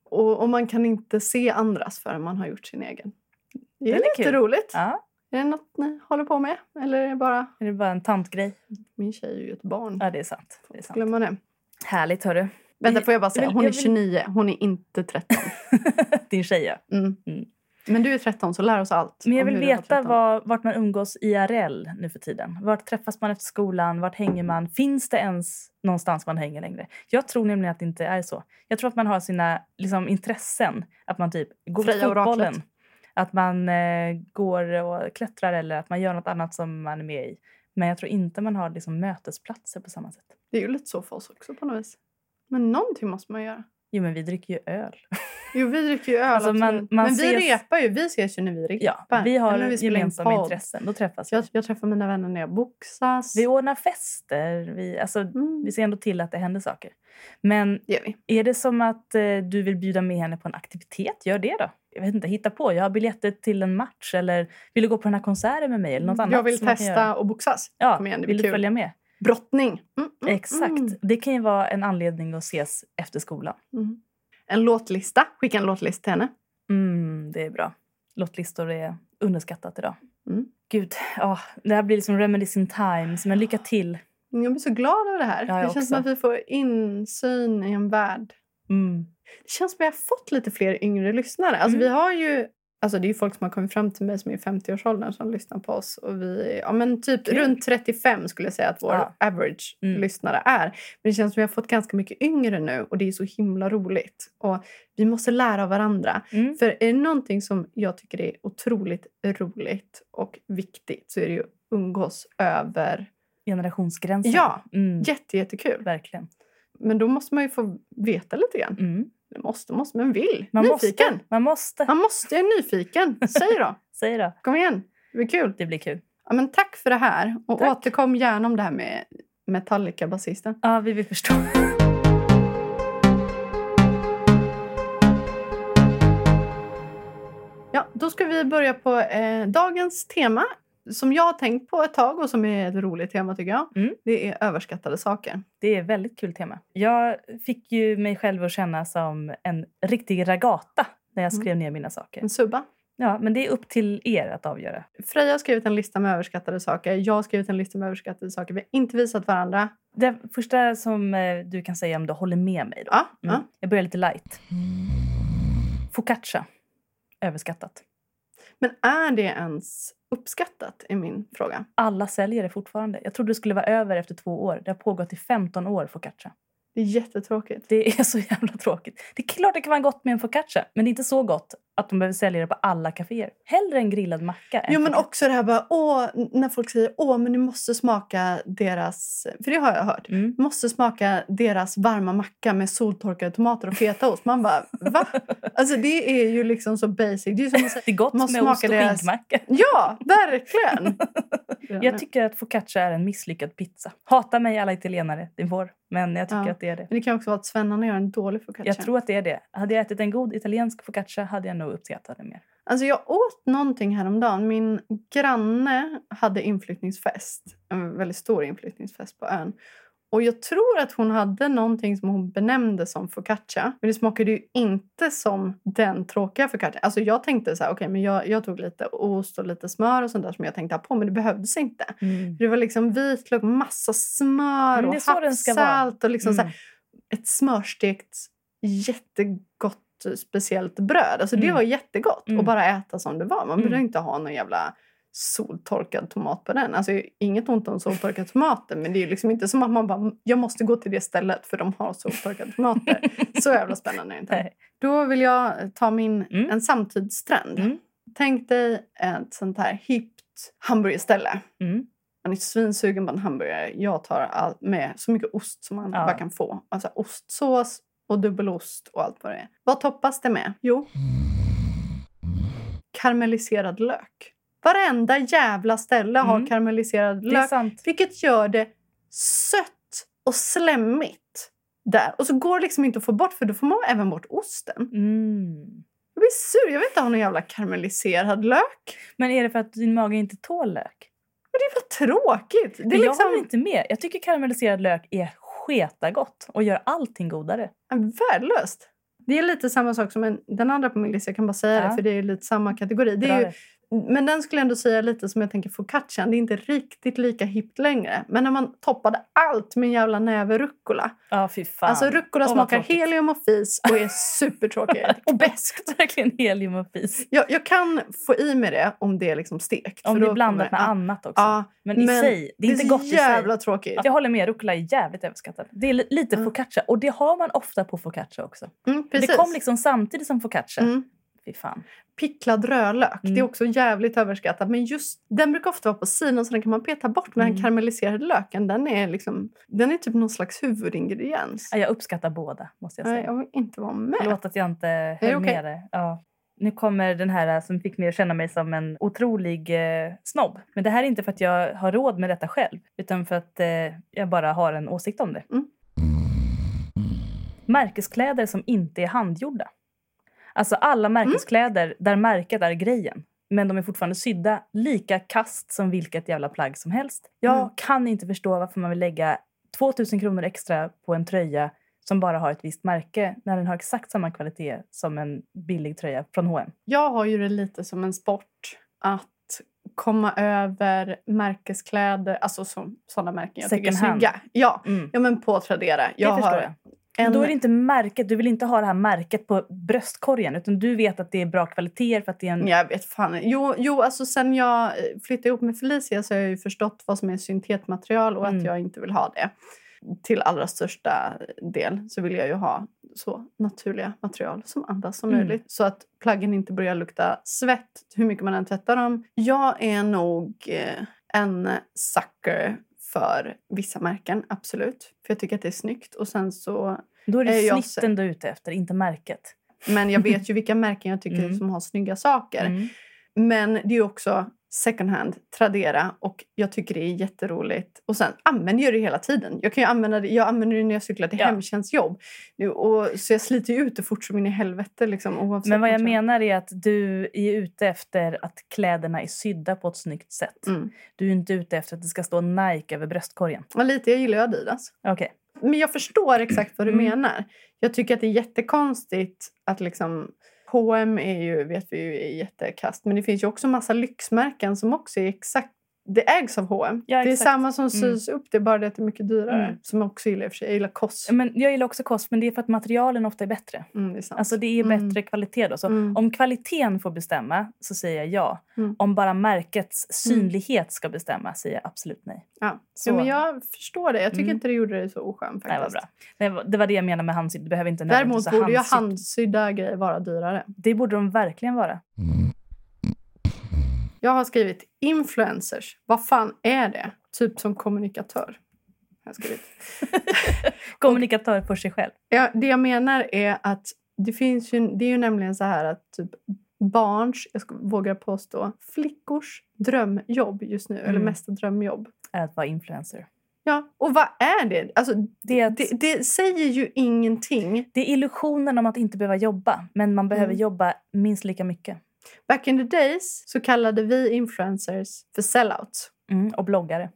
B: Och, och man kan inte se andras förrän man har gjort sin egen. Det är,
A: Den är
B: lite
A: kul.
B: roligt.
A: Ja.
B: Är det något ni håller på med? Eller är det bara...
A: Är det bara en tantgrej?
B: Min tjej är ju ett barn.
A: Ja, det är sant. Det är sant.
B: Glömma det.
A: Härligt, hörru. [laughs]
B: Vänta, får jag bara säga.
A: vill-
B: Hon är
A: jag vill-
B: 29, hon är inte 13.
A: Din tjej, ja.
B: Mm.
A: Mm.
B: Men du är 13, så lär oss allt.
A: Men jag
B: om
A: vill
B: hur du var
A: veta
B: 13.
A: var, vart man umgås IRL nu för tiden. Vart träffas man efter skolan? Vart hänger man? Finns det ens någonstans man hänger längre? Jag tror nämligen att det inte är så. Jag tror att man har sina liksom, intressen. Att man typ går till
B: Freja och
A: fotbollen.
B: Raklet.
A: Att man eh, går och klättrar eller att man gör något annat som man är med i. Men jag tror inte man har liksom, mötesplatser på samma sätt.
B: Det är ju lite så för oss också på något vis. Men någonting måste man göra.
A: Jo, men vi dricker ju öl.
B: Jo, vi dricker ju öl.
A: Alltså, man-
B: absolut.
A: man
B: men vi
A: ses-
B: repar ju. Vi ses ju när vi repar.
A: Ja, vi har
B: Eller när spelar in
A: gemensamma
B: podd.
A: intressen. Då träffas vi.
B: Jag, jag träffar mina vänner när jag boxas.
A: Vi ordnar fester. Vi, alltså,
B: mm,
A: vi ser ändå till att det händer saker. Men
B: det gör vi.
A: Är det som att eh, du vill bjuda med henne på en aktivitet? Gör det då. Jag vet inte, hitta på. Jag har biljetter till en match eller vill du gå på den här konserten med mig eller något annat?
B: Mm. jag vill
A: som man kan göra?
B: testa och boxas.
A: Ja,
B: Kom igen, det blir
A: vill du
B: kul.
A: följa med?
B: Brottning. Mm, mm,
A: Exakt.
B: Mm,
A: Det kan ju vara en anledning att ses efter skolan.
B: mm. En låtlista. Skicka en låtlista till henne.
A: Mm, det är bra. Lottlistor är underskattat idag.
B: Mm.
A: Gud, ja, det här blir liksom reminiscing times, men lycka till.
B: Jag blir så glad över det här.
A: Ja, jag
B: det känns som att
A: också.
B: vi får insyn i en värld.
A: Mm.
B: Det känns som att jag har fått lite fler yngre lyssnare. Alltså,
A: Mm.
B: vi har ju, alltså, det är ju folk som har kommit fram till mig som är i 50-årsåldern som lyssnar på oss. Och vi, ja, men typ
A: Kul.
B: runt 35 skulle jag säga att vår
A: Ja.
B: average
A: Mm.
B: lyssnare är. Men det känns som att vi har fått ganska mycket yngre nu och det är så himla roligt. Och vi måste lära av varandra.
A: Mm.
B: För är det någonting som jag tycker är otroligt roligt och viktigt så är det ju att umgås över...
A: Generationsgränser.
B: Ja.
A: mm.
B: Jätte, jättekul.
A: verkligen. Men
B: Men då måste man ju få veta lite grann.
A: Mm.
B: Eller Måste, måste, men vill.
A: Man
B: nyfiken.
A: måste. Man måste.
B: Man måste, jag är nyfiken. Säg då.
A: Säg då.
B: Kom igen. Det blir kul.
A: Det blir kul.
B: Ja, men tack för det här. Och
A: Tack.
B: återkom gärna om det här med Metallica-basisten.
A: Ja, vi vill förstå. [laughs]
B: Ja, då ska vi börja på eh, dagens tema som jag har tänkt på ett tag och som är ett roligt tema tycker jag.
A: Mm.
B: Det är överskattade saker.
A: Det är ett väldigt kul tema. Jag fick ju mig själv att känna som en riktig ragata när jag skrev ner mina saker.
B: En subba.
A: Ja, men det är upp till er att avgöra.
B: Freja har skrivit en lista med överskattade saker. Jag har skrivit en lista med överskattade saker. Vi har inte visat varandra.
A: Det första som eh, du kan säga om du håller med mig då.
B: Ja,
A: Mm.
B: ja.
A: Jag börjar lite light. Focaccia. Överskattat.
B: Men är det ens uppskattat är min fråga.
A: Alla säljer det fortfarande. Jag trodde det skulle vara över efter två år. Det har pågått i 15 år, focaccia.
B: Det är jättetråkigt.
A: Det är så jävla tråkigt. Det är klart det kan vara gott med en focaccia, men det är inte så gott att de behöver sälja det på alla kaféer. Hellre en grillad macka. än
B: Jo, men
A: focaccia.
B: också det här bara, åh, när folk säger åh, men ni måste smaka deras, för det har jag hört,
A: Mm.
B: måste smaka deras varma macka med soltorkade tomater och fetaost. Man bara,
A: [laughs]
B: va? Alltså det är ju liksom så basic. Det är ju som att säga,
A: Det är gott
B: Måste
A: med ost
B: smaka
A: och
B: deras-
A: skinkmacka.
B: ja,
A: [laughs]
B: verkligen!
A: Jag tycker att focaccia är en misslyckad pizza. Hata mig alla italienare, det är vår. Men jag tycker
B: Ja.
A: att det är det.
B: men det kan också vara att svennarna gör en dålig focaccia.
A: Jag tror att det är det. Hade jag ätit en god italiensk focaccia hade jag nog uppskattat det mer.
B: Alltså jag åt någonting häromdagen. Min granne hade inflyttningsfest. En väldigt stor inflyttningsfest på ön. Och jag tror att hon hade någonting som hon benämnde som focaccia. Men det smakade ju inte som den tråkiga focaccia. Alltså jag tänkte så här, okej men jag, jag tog lite ost och lite smör och sånt där som jag tänkte ha på. Men det behövdes inte. Det var liksom vitlök, massa smör
A: Mm,
B: och
A: det är så den ska vara.
B: havssalt och liksom så
A: Mm.
B: här, ett smörstekt jättegott speciellt bröd. Alltså det
A: Mm.
B: var jättegott
A: Mm.
B: att bara äta som det var. Man
A: Mm.
B: behövde inte ha någon jävla soltorkad tomat på den. Alltså inget ont om soltorkade tomater men det är ju liksom inte som att man bara jag måste gå till det stället för de har soltorkade
A: [laughs]
B: tomater. så jävla spännande är det
A: [laughs]
B: inte.
A: Nej.
B: Då vill jag ta min
A: Mm.
B: en samtidstrend.
A: Mm.
B: Tänk dig ett sånt här hippt hamburgerställe.
A: Mm.
B: Man är svinsugen på en hamburgare. Jag tar all, med så mycket ost som man
A: Ja.
B: bara kan få. Alltså ostsås och dubbelost och allt vad det är. Vad toppas det med? Jo, karamelliserad lök. Varenda jävla ställe har
A: Mm.
B: karamelliserad
A: Det är
B: lök.
A: sant.
B: Vilket gör det sött och slemmigt där. Och så går det liksom inte att få bort för då får man även bort osten.
A: Mm.
B: Jag blir sur. Jag vill inte ha någon jävla karamelliserad lök.
A: Men är det för att din mage inte tål lök?
B: Men det är bara tråkigt. Det är
A: Men jag
B: liksom...
A: håller inte med. Jag tycker karamelliserad lök är sketagott och gör allting godare.
B: Äh, Värdelöst! Det är lite samma sak som en, den andra på min lista. Jag kan bara säga
A: Ja.
B: det för det är ju lite samma kategori. Det
A: Bra
B: är ju Men den skulle jag ändå säga lite som jag tänker focaccian. Det är inte riktigt lika hippt längre. Men när man toppade allt med en jävla näve rucola.
A: Ja, fy fan. [laughs]
B: Alltså rucola
A: Åh, vad
B: smakar
A: tråkigt.
B: helium och fis
A: [laughs]
B: och är supertråkigt. och bäst. [laughs]
A: Verkligen helium och fis.
B: Jag, jag kan få i mig det om det är liksom stekt.
A: Om
B: för
A: det
B: då
A: är blandat
B: kommer-
A: med annat också.
B: Ja,
A: men i
B: men
A: sig, det är inte
B: så
A: gott i sig.
B: jävla tråkigt.
A: Jag håller med, rucola är jävligt överskattad. Det är li- lite
B: Ja.
A: focaccia och det har man ofta på focaccia också.
B: Mm,
A: Men
B: precis.
A: Det kom liksom samtidigt som focaccia.
B: Mm.
A: Fy fan.
B: Picklad rödlök, det är
A: Mm.
B: också jävligt överskattat. Men just den brukar ofta vara på sidan så den kan man peta bort. Men den
A: Mm.
B: karamelliserade löken, den är, liksom, den är typ någon slags huvudingrediens.
A: Ja, Jag uppskattar båda måste jag säga.
B: Nej, jag vill inte vara med.
A: Förlåt att jag inte
B: det
A: höll
B: okej?
A: med det. Ja. Nu kommer den här äh, som fick mig att känna mig som en otrolig eh, snobb. Men det här är inte för att jag har råd med detta själv utan för att eh, jag bara har en åsikt om det.
B: Mm.
A: Märkeskläder som inte är handgjorda. Alltså alla
B: Mm.
A: märkeskläder där märket är grejen men de är fortfarande sydda lika kast som vilket jävla plagg som helst. Jag
B: Mm.
A: kan inte förstå varför man vill lägga 2000 kronor extra på en tröja som bara har ett visst märke när den har exakt samma kvalitet som en billig tröja från H&M.
B: Jag har ju det lite som en sport att komma över märkeskläder, alltså som, sådana märken jag tycker är
A: Second hand.
B: snygga. Ja,
A: Mm.
B: ja, men på Tradera. Jag
A: det förstår
B: har
A: jag.
B: En,
A: Då är det inte märket, du vill inte ha det här märket på bröstkorgen utan du vet att det är bra kvaliteter för att det är en...
B: Jag vet fan. Jo, jo, alltså sen jag eh, flyttade ihop med Felicia så har jag ju förstått vad som är syntetmaterial och att
A: Mm.
B: jag inte vill ha det. Till allra största del så vill jag ju ha så naturliga material som andas som
A: Mm.
B: möjligt. Så att plaggen inte börjar lukta svett hur mycket man än tvättar dem. Jag är nog eh, en sucker för vissa märken, absolut. För jag tycker att det är snyggt. Och sen så
A: Då är det
B: Eh, jag
A: snitten du är ute efter, inte märket.
B: men jag vet ju vilka märken jag tycker
A: [laughs] Mm.
B: som har snygga saker.
A: Mm.
B: Men det är ju också second hand, Tradera och jag tycker det är jätteroligt. Och sen använder jag det hela tiden. Jag, kan ju använda det, jag använder det när jag cyklar till
A: Ja.
B: hemtjänstjobb. Nu, och, så jag sliter ju ut det fort som in i helvete. Liksom, oavsett
A: Men vad jag
B: material.
A: menar är att du är ute efter att kläderna är sydda på ett snyggt sätt.
B: Mm.
A: Du är inte ute efter att det ska stå Nike över bröstkorgen.
B: Ja, lite, jag gillar ju Adidas.
A: Okej.
B: Men jag förstår exakt vad du
A: Mm.
B: menar. Jag tycker att det är jättekonstigt att liksom... H&M är ju, vet vi ju, är jättekast. Men det finns ju också massa lyxmärken som också är exakt... Det ägs av H&M.
A: Ja,
B: det är
A: exakt.
B: samma som sys upp, det är bara det att det är mycket dyrare.
A: Mm.
B: Som jag också gillar i och för sig. Jag gillar Koss.
A: Men jag gillar också kost, men det är för att materialen ofta är bättre.
B: Mm, det är sant.
A: Alltså det är
B: Mm.
A: bättre kvalitet då. Så
B: Mm.
A: om kvaliteten får bestämma så säger jag ja.
B: Mm.
A: Om bara märkets synlighet ska bestämma säger jag absolut nej.
B: ja.
A: Så-
B: Ja, men jag förstår det. Jag tycker
A: Mm.
B: inte det gjorde det så oskön
A: Nej, vad
B: faktiskt.
A: bra. Det var- Det var det jag menade med handsydd. Du behöver inte
B: Däremot
A: nödvändigtvis ha
B: borde ju
A: handsydd.
B: handsydda grejer vara dyrare.
A: Det borde de verkligen
B: [laughs]
A: vara.
B: Jag har skrivit influencers. Vad fan är det? Typ som kommunikatör. Jag har skrivit.
A: Kommunikatör för sig själv.
B: Ja, det jag menar är att det finns ju, det är ju nämligen så här att typ barns, jag ska, vågar påstå, flickors drömjobb just nu, eller
A: Mm.
B: mesta drömjobb.
A: Är att vara influencer.
B: Ja, och vad är det? Alltså,
A: Det är, att,
B: det,
A: det,
B: det säger ju ingenting.
A: är illusionen om att inte behöva jobba. Men man behöver
B: Mm.
A: jobba minst lika mycket.
B: Back in the days så kallade vi influencers för sellouts.
A: Mm. Och bloggare.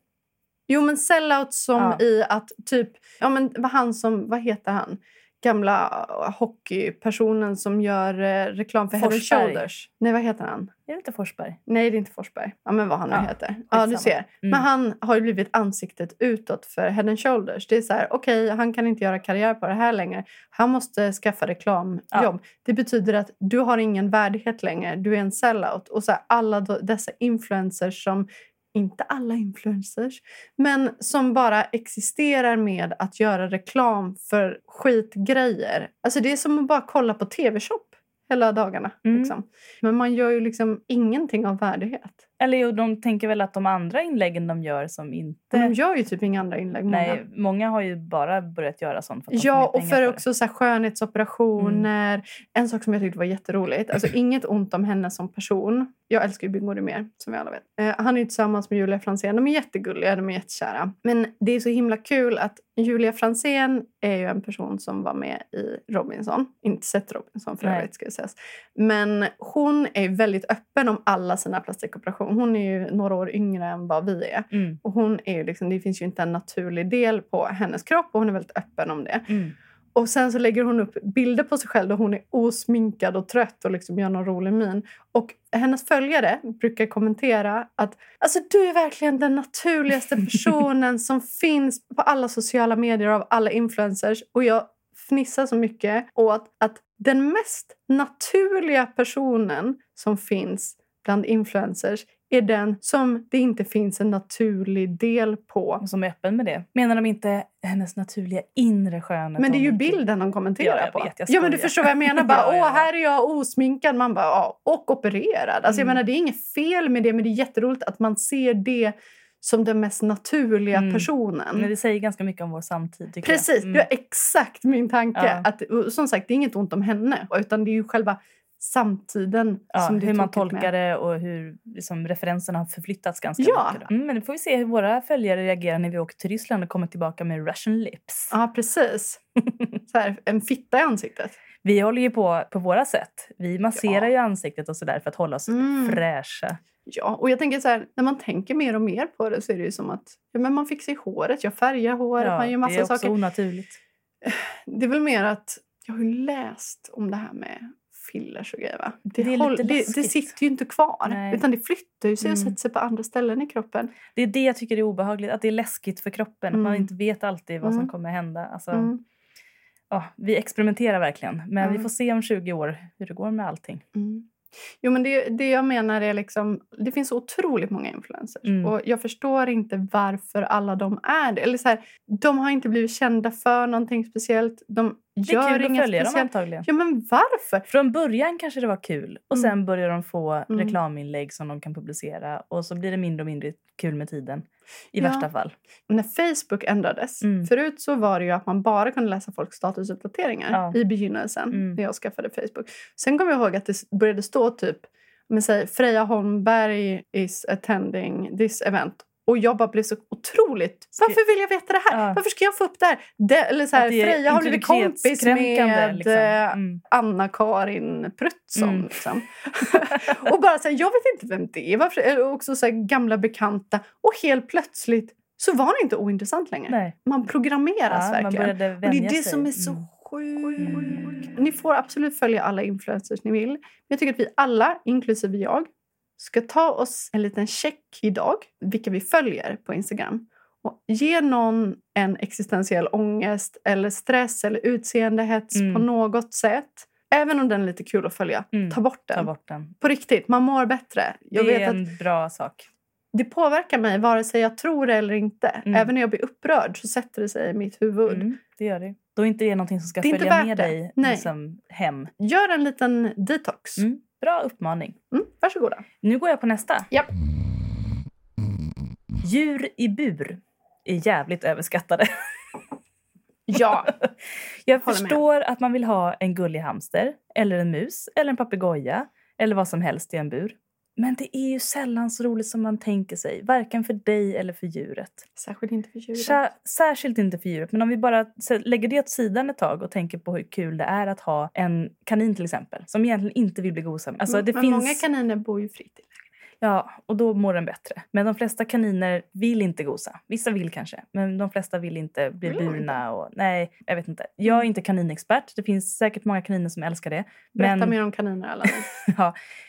B: Jo, men sellout som
A: Ja.
B: i att typ... Ja, men vad han som... Vad heter han? Gamla eh, hockeypersonen som gör eh, reklam för Head and
A: Forsberg.
B: Shoulders. Nej, vad heter han?
A: Är det inte Forsberg?
B: Nej, det är inte Forsberg. Ja, men vad han nu
A: Ja,
B: heter. Ja, du
A: skitsamma.
B: ser. Men
A: Mm.
B: han har ju blivit ansiktet utåt för Head and Shoulders. Det är så här, okej, han kan inte göra karriär på det här längre. Han måste skaffa reklamjobb.
A: Ja.
B: Det betyder att du har ingen värdighet längre. Du är en sellout. Och så här, alla då- dessa influencers som inte alla influencers, men som bara existerar med att göra reklam för skitgrejer. Alltså det är som att bara kolla på tv-shop hela dagarna.
A: Mm.
B: Liksom. Men man gör ju liksom ingenting av värdighet.
A: Eller jo, de tänker väl att de andra inläggen de gör som inte...
B: De gör ju typ inga andra inlägg. många.
A: Nej, många har ju bara börjat göra sånt för att de får
B: Ja,
A: mer
B: och
A: pengar
B: för
A: det. Mm.
B: också så här skönhetsoperationer. En sak som jag tyckte var jätteroligt.
A: [laughs]
B: Alltså inget ont om henne som person. Jag älskar ju Bingo mer som vi alla vet. Eh, han är ju tillsammans med Julia Franzén. De är jättegulliga, de är jättekära. Men det är så himla kul att Julia Franzén är ju en person som var med i Robinson. Inte sett Robinson för
A: Nej.
B: övrigt ska jag sägas. Men hon är ju väldigt öppen om alla sina plastikoperationer. Hon är ju några år yngre än vad vi är.
A: Mm,
B: Och hon är ju liksom, det finns ju inte en naturlig del på hennes kropp och hon är väldigt öppen om det.
A: mm.
B: Och sen så lägger hon upp bilder på sig själv där hon är osminkad och trött och liksom gör någon rolig min. Och hennes följare brukar kommentera att alltså, du är verkligen den naturligaste personen som finns på alla sociala medier av alla influencers. Och jag fnissar så mycket åt att den mest naturliga personen som finns bland influencers är den som det inte finns en naturlig del på.
A: Och som är öppen med det. Menar de inte hennes naturliga inre skönhet?
B: Men det är ju
A: hon-
B: bilden de kommenterar
A: Ja, jag
B: på.
A: vet, jag
B: ja, men du
A: skojar.
B: förstår vad
A: [laughs]
B: jag menar. Bara,
A: Ja, ja, ja.
B: Åh, här är jag osminkad. Man bara, ja, och opererad. Alltså,
A: Mm.
B: jag menar, det är inget fel med det, men det är jätteroligt att man ser det som den mest naturliga
A: Mm.
B: personen.
A: Men det säger ganska mycket om vår samtid. tycker jag.
B: Precis,
A: Mm.
B: det var exakt min tanke.
A: Ja.
B: Att, och som sagt, det är inget ont om henne, utan det är ju själva samtiden
A: Ja,
B: som det är
A: hur man
B: tokigt med.
A: tolkar det och hur liksom, referenserna har förflyttats ganska
B: Ja.
A: mycket. Då. Mm, men nu får vi se hur våra följare reagerar när vi åker till Ryssland och kommer tillbaka med Russian lips.
B: Ja,
A: [laughs]
B: precis. Så här, en fitta i ansiktet.
A: Vi håller ju på på våra sätt. Vi masserar ju ansiktet och sådär för att hålla oss
B: Mm.
A: fräscha.
B: Ja, och jag tänker så här, när man tänker mer och mer på det så är det ju som att ja, men man fixar ju håret, jag färgar håret, man gör
A: det är
B: massa
A: också
B: saker.
A: onaturligt.
B: Det är väl mer att jag har ju läst om det här med fillers och grejer. Va? Det,
A: Det är lite
B: det, det
A: läskigt.
B: sitter ju inte kvar,
A: Nej.
B: utan det flyttar ju sig och
A: Mm.
B: sätter sig på andra ställen i kroppen.
A: Det är det jag tycker är obehagligt, att det är läskigt för kroppen. Att man
B: Mm.
A: inte vet alltid vad som
B: Mm.
A: kommer hända. Alltså,
B: Mm.
A: ja, vi experimenterar verkligen, men vi
B: Mm.
A: får se om 20 år hur det går med allting.
B: Mm. Jo, men det, det jag menar är liksom, det finns otroligt många influencers
A: Mm.
B: och jag förstår inte varför alla de är det. Eller så här, de har inte blivit kända för någonting speciellt. De
A: Det
B: gör
A: är kul att
B: inget
A: följa dem
B: speciellt.
A: antagligen.
B: Ja, men varför?
A: Från början kanske det var kul och sen
B: Mm.
A: börjar de få
B: Mm.
A: reklaminlägg som de kan publicera och så blir det mindre och mindre kul med tiden. I
B: Ja.
A: värsta fall.
B: När Facebook ändrades,
A: Mm.
B: förut så var det ju att man bara kunde läsa folks statusuppdateringar
A: Ja.
B: i begynnelsen
A: Mm.
B: när jag skaffade Facebook. Sen kom jag ihåg att det började stå typ men säg, Freja Holmberg is attending this event. Och jag bara blev så otroligt...
A: Ska-
B: Varför vill jag veta det här?
A: Ja.
B: Varför ska jag få upp det här? Det, eller så här,
A: Att det är
B: Freja har blivit kompis
A: integritetskränkande,
B: med
A: liksom.
B: eh,
A: Mm.
B: Anna-Karin Prutsson.
A: Mm.
B: Liksom. [laughs] och bara så här, jag vet inte vem det är. Varför? eller Också så här, gamla bekanta. Och helt plötsligt så var det inte ointressant längre.
A: Nej.
B: Man programmeras
A: Ja, man
B: verkligen.
A: började
B: och det
A: vänja
B: är det
A: sig.
B: som är så
A: Mm.
B: sjukt. Ni får absolut följa alla influencers ni vill. Men jag tycker att vi alla, inklusive jag, ska ta oss en liten check idag vilka vi följer på Instagram. Och ge någon en existentiell ångest eller stress eller utseendehets
A: Mm.
B: på något sätt. Även om den är lite kul att följa,
A: Mm.
B: ta bort den.
A: Ta bort den.
B: På riktigt, man mår bättre. Jag
A: det
B: vet
A: är
B: att
A: en bra sak.
B: det påverkar mig vare sig jag tror det eller inte.
A: Mm.
B: Även när jag blir upprörd så sätter det sig i mitt huvud.
A: Mm, det gör det. Då är inte det någonting som ska
B: Det är inte
A: följa
B: värt
A: med
B: det.
A: dig
B: Nej.
A: liksom, hem.
B: Gör en liten detox. Mm.
A: Mm. Bra uppmaning.
B: varsågoda.
A: Nu går jag på nästa.
B: Japp.
A: Djur i bur är jävligt överskattade.
B: Ja.
A: Jag
B: Håller med.
A: förstår att man vill ha en gullig hamster, eller en mus, eller en papegoja eller vad som helst i en bur. Men det är ju sällan så roligt som man tänker sig, varken för dig eller för djuret.
B: [laughs] Särskilt inte för djuret.
A: Sä- Särskilt inte för djuret. Men om vi bara sä- lägger det åt sidan ett tag och tänker på hur kul det är att ha en kanin till exempel, som egentligen inte vill bli gosad. med. Alltså, det
B: men
A: finns...
B: många kaniner bor ju fritt.
A: Ja, och då mår den bättre. Men de flesta kaniner vill inte gosa. Vissa vill kanske, men de flesta vill inte bli
B: Vill de
A: burna. Och, nej, jag vet inte. Jag är inte kaninexpert. Det finns säkert många kaniner som älskar det.
B: Berätta
A: Men,
B: mer om
A: [laughs]
B: kaniner, alla.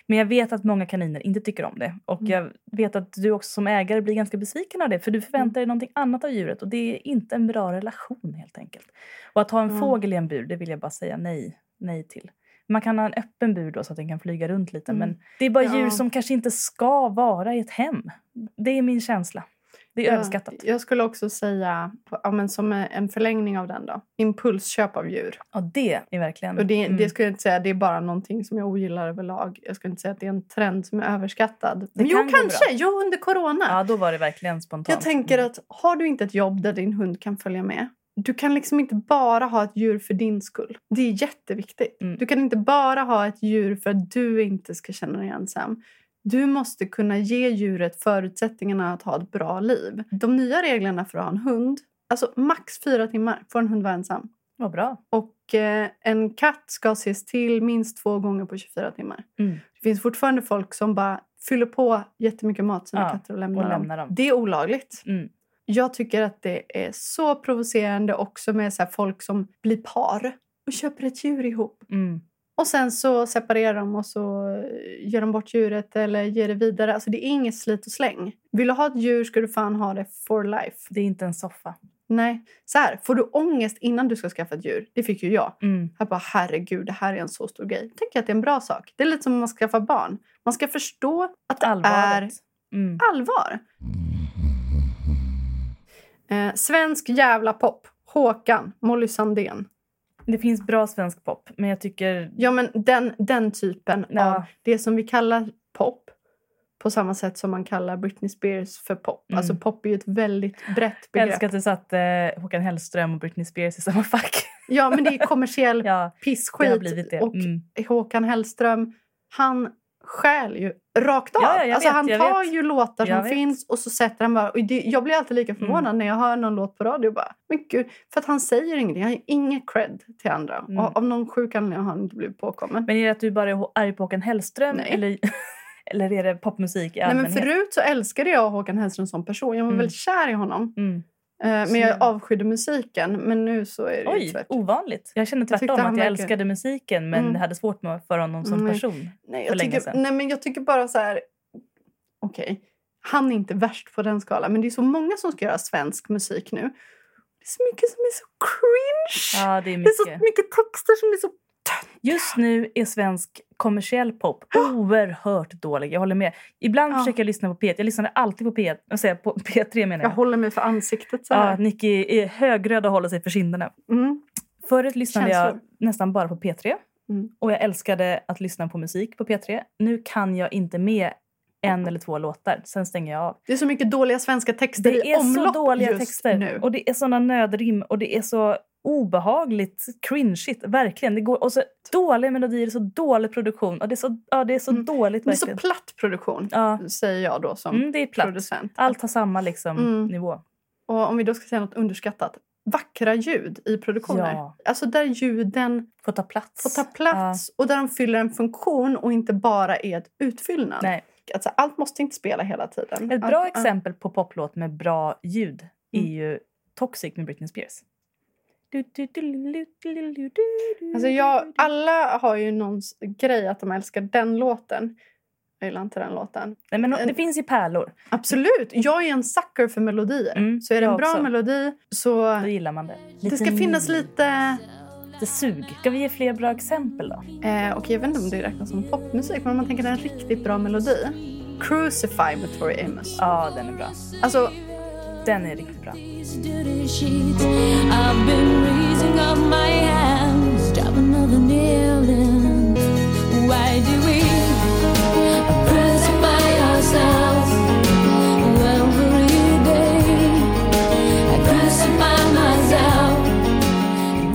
A: men jag vet att många kaniner inte tycker om det. Och
B: Mm.
A: jag vet att du också som ägare blir ganska besviken av det. För du förväntar dig någonting annat av djuret. Och det är inte en bra relation helt enkelt. Och att ha en
B: Mm.
A: fågel i en bur, det vill jag bara säga nej, nej till. Man kan ha en öppen bur då så att den kan flyga runt lite.
B: Mm.
A: Men det är bara
B: Ja.
A: djur som kanske inte ska vara i ett hem. Det är min känsla. Det är överskattat.
B: Jag, jag skulle också säga, ja, men som en förlängning av den då, impulsköp av djur.
A: Ja, det är verkligen...
B: Och det,
A: mm.
B: det skulle jag inte säga, det är bara någonting som jag ogillar överlag. Jag skulle inte säga att det är en trend som är överskattad. Men
A: kan
B: jo,
A: gå bra.
B: kanske! Jo, under corona.
A: ja, då var det verkligen spontant.
B: Jag tänker
A: Mm.
B: att har du inte ett jobb där din hund kan följa med du kan liksom inte bara ha ett djur för din skull. Det är jätteviktigt.
A: Mm.
B: Du kan inte bara ha ett djur för att du inte ska känna dig ensam. Du måste kunna ge djuret förutsättningarna att ha ett bra liv. De nya reglerna för att ha en hund, alltså max fyra timmar får en hund vara ensam.
A: Vad bra.
B: Och eh, en katt ska ses till minst två gånger på 24 timmar.
A: Mm.
B: Det finns fortfarande folk som bara fyller på jättemycket mat sina
A: Ja,
B: katter och lämnar,
A: och lämnar dem.
B: Det är olagligt.
A: Mm.
B: Jag tycker att det är så provocerande också med så här folk som blir par och köper ett djur ihop.
A: Mm.
B: Och sen så separerar de och så eh, ger de bort djuret eller ger det vidare. Alltså det är inget slit och släng. Vill du ha ett djur ska du fan ha det for life.
A: Det är inte en soffa.
B: Nej. Så här, får du ångest innan du ska skaffa ett djur? Det fick ju jag.
A: Mm.
B: Jag bara, herregud, det här är en så stor grej. Jag tänker att det är en bra sak. Det är lite som om man skaffar barn. Man ska förstå att det är
A: Allvaret. Mm.
B: allvar. Eh, svensk jävla pop. Håkan, Molly Sandén.
A: Det finns bra svensk pop, men jag tycker...
B: Ja, men den, den typen
A: Ja.
B: av det som vi kallar pop på samma sätt som man kallar Britney Spears för pop.
A: Mm.
B: Alltså pop är ju ett väldigt brett
A: Jag
B: begrepp.
A: älskar att du satte eh, Håkan Hellström och Britney Spears i samma fack. [laughs]
B: Ja, men det är kommersiell
A: ja, det har
B: pissskit.
A: blivit det.
B: Och
A: Mm.
B: Håkan Hellström, han stjäl ju rakt av.
A: Ja, ja, jag
B: alltså,
A: vet,
B: han
A: jag
B: tar
A: vet.
B: ju låtar som
A: Jag vet. Mm.
B: finns och så sätter han bara... Och det, jag blir alltid lika förvånad när jag hör någon låt på radio. Bara, men gud, för att han säger ingenting. Han ger ingen cred till andra.
A: Mm.
B: Och av någon sjuk anledning har han inte blivit påkommen.
A: Men är det att du bara är arg på Håkan Hellström?
B: Nej.
A: Eller, [laughs] eller är det popmusik i
B: Nej, men
A: allmänhet?
B: förut så älskade jag Håkan Hellström som person. Jag var
A: Mm.
B: väldigt kär i honom.
A: mm.
B: Eh, men jag
A: Så-
B: avskydde musiken. Men nu så är det ju
A: Oj,
B: tvärtom.
A: ovanligt. Jag känner
B: tyckte
A: tvärtom att
B: han
A: jag
B: verkar-
A: älskade musiken men
B: Mm.
A: hade svårt med- för honom som
B: Nej.
A: person.
B: Nej,
A: för
B: jag
A: länge
B: tycker,
A: sedan.
B: nej, men jag tycker bara så här... Okej, han är inte värst på den skalan, men det är så många som ska göra svensk musik nu. Det är så mycket som är så cringe!
A: Ja, det är
B: det är så
A: mycket.
B: mycket texter som är så...
A: Just nu är svensk kommersiell
B: [gasps]
A: pop oerhört dålig. Jag håller med. Ibland
B: Ja.
A: försöker jag lyssna på P1. Jag lyssnade alltid på P1. Jag säger på P3 menar
B: Jag
A: jag.
B: håller mig för ansiktet så
A: Ja,
B: här.
A: Nicky är högröd och håller sig för kinderna.
B: Mm.
A: Förut lyssnade
B: Känslor.
A: jag nästan bara på P3.
B: Mm.
A: Och jag älskade att lyssna på musik på P3. Nu kan jag inte med en eller två låtar. Sen stänger jag av.
B: Det är så mycket dåliga svenska texter
A: Det
B: i
A: är så
B: omlopp
A: dåliga
B: just
A: texter.
B: nu.
A: Och det är såna nödrim och det är så obehagligt cringeigt. Verkligen. Det går, och så dåliga melodier, så dålig produktion. Och det är så, ja, det är så
B: Mm.
A: dåligt
B: det är så
A: verkligen.
B: platt produktion,
A: ja.
B: säger jag då som
A: mm, det är platt.
B: producent.
A: Allt har samma liksom,
B: Mm.
A: nivå.
B: Och om vi då ska säga något underskattat. Vackra ljud i produktioner.
A: Ja.
B: Alltså där ljuden
A: Får ta plats.
B: får ta plats och där de fyller en funktion och inte bara är ett utfyllnad.
A: Nej.
B: Alltså, allt måste inte spela hela tiden.
A: Ett
B: Allt-
A: bra
B: allt-
A: exempel på poplåt med bra ljud är
B: Mm.
A: ju Toxic med Britney Spears.
B: Alltså, jag, alla har ju någon s- grej att de älskar den låten. Jag gillar inte den låten.
A: Nej, men det finns ju pärlor.
B: Absolut! Jag är en sucker för melodier.
A: Mm,
B: så är det en
A: jag
B: bra
A: också.
B: melodi så...
A: Då gillar man det.
B: Det ska finnas lite...
A: lite sug. Ska vi ge fler bra exempel då?
B: Eh, och jag vet inte om det räknas som popmusik, men om man tänker en riktigt bra melodi. Crucify med Tori Amos.
A: Ja, den är bra.
B: Alltså,
A: Den är riktigt bra.
F: These dirty sheets. I've been raising up my hands, drop another nail in. Why do we crucify ourselves? Every day I crucify myself.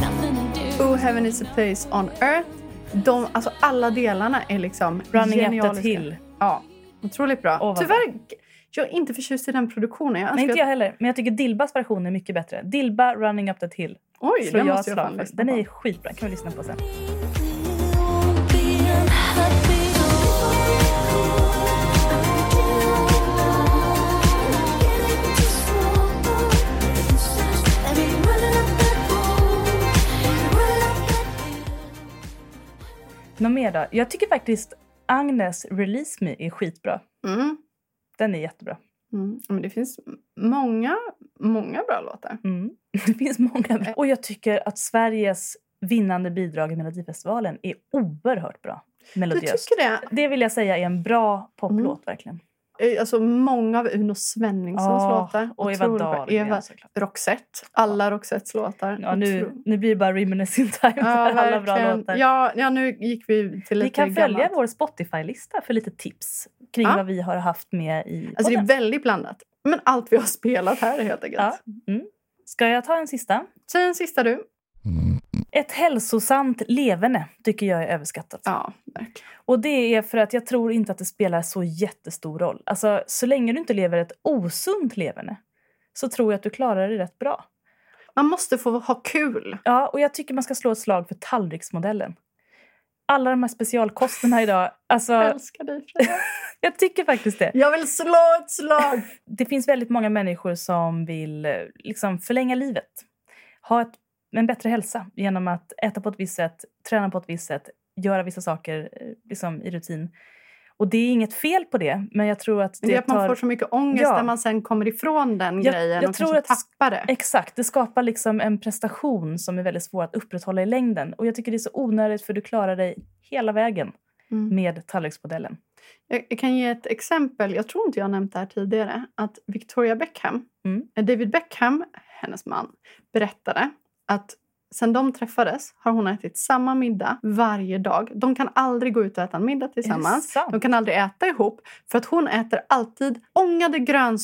F: Nothing to do.
B: Oh heaven is a place on earth. De, alltså alla delarna är liksom
A: Running up
B: genialiska.
A: that hill.
B: Ja, otroligt bra.
A: Åh, vad
B: Tyvärr, jag är inte förtjust i den produktionen. Jag
A: Nej,
B: önskar
A: inte jag heller. Men jag tycker Dilbas version är mycket bättre. Dilba, Running up that hill.
B: att- Oj,
A: Slår
B: den
A: jag
B: måste jag
A: slag
B: fan
A: för.
B: lyssna
A: Den
B: på.
A: är skitbra. kan vi lyssna på sen.
F: Being happy.
A: Något mer då? Jag tycker faktiskt Agnes Release Me är skitbra.
B: Mm,
A: Den är jättebra.
B: mm. Men det finns många, många bra låtar.
A: Mm. [laughs] Det finns många bra. Och jag tycker att Sveriges vinnande bidrag i Melodifestivalen är oerhört bra.
B: Du
A: Melodiöst.
B: tycker det?
A: Det vill jag säga är en bra poplåt verkligen.
B: Eh, Alltså många av Uno Svenningssons
A: Ja,
B: låtar.
A: och Eva
B: Otroligt bra.
A: Dahlgren
B: Eva
A: såklart.
B: Roxette. Alla Roxettes låtar.
A: Ja, nu, [laughs]
B: Otro-
A: nu blir det bara reminiscing time
B: Ja,
A: för alla bra
B: verkligen.
A: låtar.
B: Ja, ja, nu gick vi till lite
A: Vi kan följa
B: gammalt.
A: vår Spotify-lista för lite tips kring
B: Ja.
A: vad vi har haft med i
B: Alltså det är
A: podden.
B: väldigt blandat. Men allt vi har spelat här är helt enkelt.
A: Ja. Ska jag ta en sista?
B: Säg en sista du.
A: Ett hälsosamt leverne tycker jag är överskattat.
B: Ja, verkligen.
A: Och det är för att jag tror inte att det spelar så jättestor roll. Alltså, så länge du inte lever ett osunt leverne så tror jag att du klarar det rätt bra.
B: Man måste få ha kul.
A: Ja, och jag tycker man ska slå ett slag för
B: [laughs]
A: tallriksmodellen. Alla de här specialkosterna idag, alltså
B: Jag älskar dig Freja.
A: Jag tycker faktiskt det.
B: [laughs] Jag vill slå ett slag!
A: Det finns väldigt många människor som vill eh, liksom förlänga livet. Ha ett, en bättre hälsa genom att äta på ett visst sätt, träna på ett visst sätt, göra vissa saker eh, liksom, i rutin. Och det är inget fel på det, men jag tror att [laughs] det,
B: Det är att man
A: tar...
B: får så mycket ångest
A: Ja.
B: när man sen kommer ifrån den
A: Jag-
B: grejen
A: jag
B: och
A: tror
B: kanske
A: att- Eh.
B: tappar det.
A: Exakt, det skapar liksom en prestation som är väldigt svår att upprätthålla i längden. Och jag tycker det är så onödigt för du klarar dig hela vägen
B: Mm.
A: med tallriksmodellen.
B: Jag jag kan ge ett exempel. Jag tror inte jag har nämnt det här tidigare. Att Victoria Beckham,
A: Mm.
B: eh, David Beckham, hennes man, berättade att sen de träffades har hon ätit samma middag varje dag. De kan aldrig gå ut och äta en middag tillsammans.
A: sant?
B: De kan aldrig äta ihop för att hon äter alltid ångade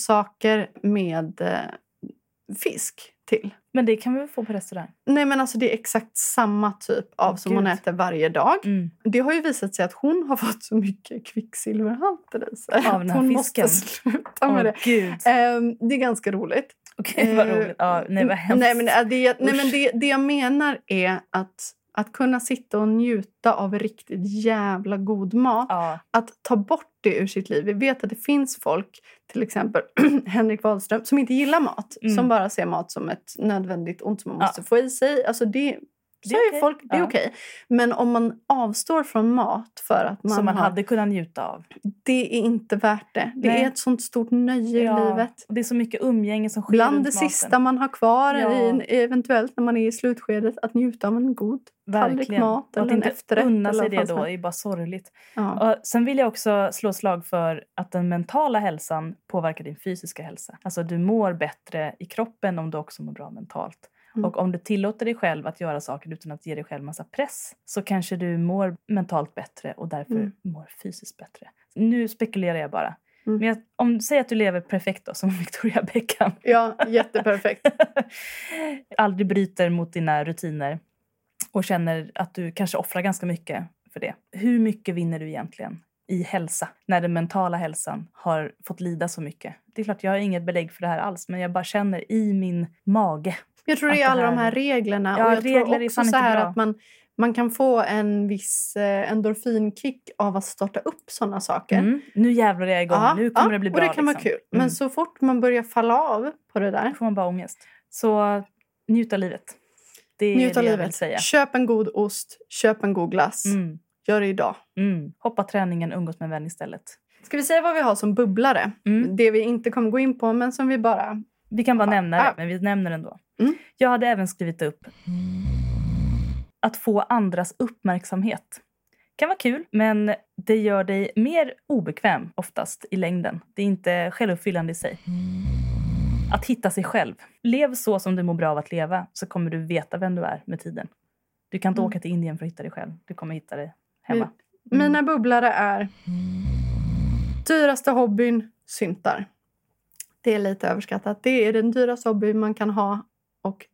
B: grönsaker med eh, fisk till.
A: Men det kan vi väl få på restaurang?
B: Nej men alltså det är exakt samma typ av
A: Åh,
B: som hon
A: gud.
B: äter varje dag. [laughs]
A: Mm.
B: Det har ju visat sig att hon har [laughs] fått så mycket kvicksilverhalter i sig.
A: Av den
B: att
A: här
B: hon
A: fisken.
B: måste sluta med det.
A: gud.
B: Ehm, det är
A: [laughs]
B: ganska roligt.
A: Okej, vad
B: Ehm,
A: roligt. Ja, nej, vad hemskt.
B: Nej, men, äh, det, jag- nej,
A: Usch.
B: men det, det jag menar är att, att kunna sitta och njuta av riktigt jävla god mat.
A: ja.
B: Att ta bort det ur sitt liv. Vi vet att det finns folk, till exempel [clears throat] Henrik Wahlström, som inte gillar mat.
A: Mm.
B: Som bara ser mat som ett nödvändigt ont som man
A: Ja.
B: måste få i sig. Alltså det,
A: Det
B: så
A: är
B: är
A: okej.
B: folk, det är
A: Ja.
B: okej. Men om man avstår från mat för att man,
A: Som man
B: har
A: hade kunnat njuta av.
B: det är inte värt det. Det
A: Nej.
B: är ett sånt stort nöje i livet.
A: Och det är så mycket umgänge som sker
B: Bland
A: runt
B: det
A: maten.
B: sista man har kvar,
A: Ja.
B: i en, eventuellt när man är i slutskedet, att njuta av en god tallrik
A: Verkligen.
B: mat
A: Och
B: eller
A: att
B: en
A: inte
B: efterrätt.
A: unna sig
B: eller
A: det
B: vad fan
A: då
B: som helst.
A: är bara sorgligt.
B: Ja.
A: Och sen vill jag också slå slag för att den mentala hälsan påverkar din fysiska hälsa. Alltså du mår bättre i kroppen om du också mår bra mentalt.
B: Mm.
A: Och om du tillåter dig själv att göra saker utan att ge dig själv massa press så kanske du mår mentalt bättre och därför
B: Mm.
A: mår fysiskt bättre. Nu spekulerar jag bara.
B: Mm.
A: Men jag, om, säg att du lever perfekt då, som [laughs] Victoria Beckham.
B: ja, jätteperfekt.
A: [laughs] Aldrig bryter mot dina rutiner och känner att du kanske offrar ganska mycket för det. Hur mycket vinner du egentligen i hälsa när den mentala hälsan har fått lida så mycket? Det är klart, jag har inget belägg för det här alls, men jag bara känner i min mage.
B: Jag tror
A: Att
B: det är
A: det
B: alla de
A: här-
B: här reglerna.
A: Ja,
B: och jag
A: regler
B: tror
A: är
B: också
A: fan
B: så
A: inte
B: här
A: bra.
B: att man, man kan få en viss eh, endorfinkick av att starta upp såna saker.
A: Mm. Nu jävlar är jag igång,
B: Ja,
A: nu kommer
B: ja,
A: det bli
B: och
A: bra.
B: det kan vara
A: liksom.
B: kul.
A: Mm.
B: Men så fort man börjar falla av på det där
A: Då får man bara ångest. Så njuta livet. Det är
B: Njut av
A: det jag vill
B: livet.
A: säga.
B: Köp en god ost, köp en god glass.
A: Mm.
B: Gör det idag.
A: Mm. Hoppa träningen, umgås med en vän istället.
B: Ska vi säga vad vi har som bubblare?
A: Mm.
B: Det vi inte kommer gå in på, men som vi bara...
A: Vi kan bara
B: Ja.
A: nämna det,
B: Ja.
A: men vi nämner det ändå.
B: Mm.
A: Jag hade även skrivit upp att få andras uppmärksamhet. kan vara kul, men det gör dig mer obekväm oftast i längden. Det är inte självuppfyllande i sig. Att hitta sig själv. Lev så som du mår bra av att leva så kommer du veta vem du är med tiden. Du kan inte
B: Mm.
A: åka till Indien för att hitta dig själv. Du kommer hitta dig hemma. Mm.
B: Mina bubblare är... Dyraste hobbyn, syntar. Det är lite överskattat. Det är den dyraste hobbyn man kan ha och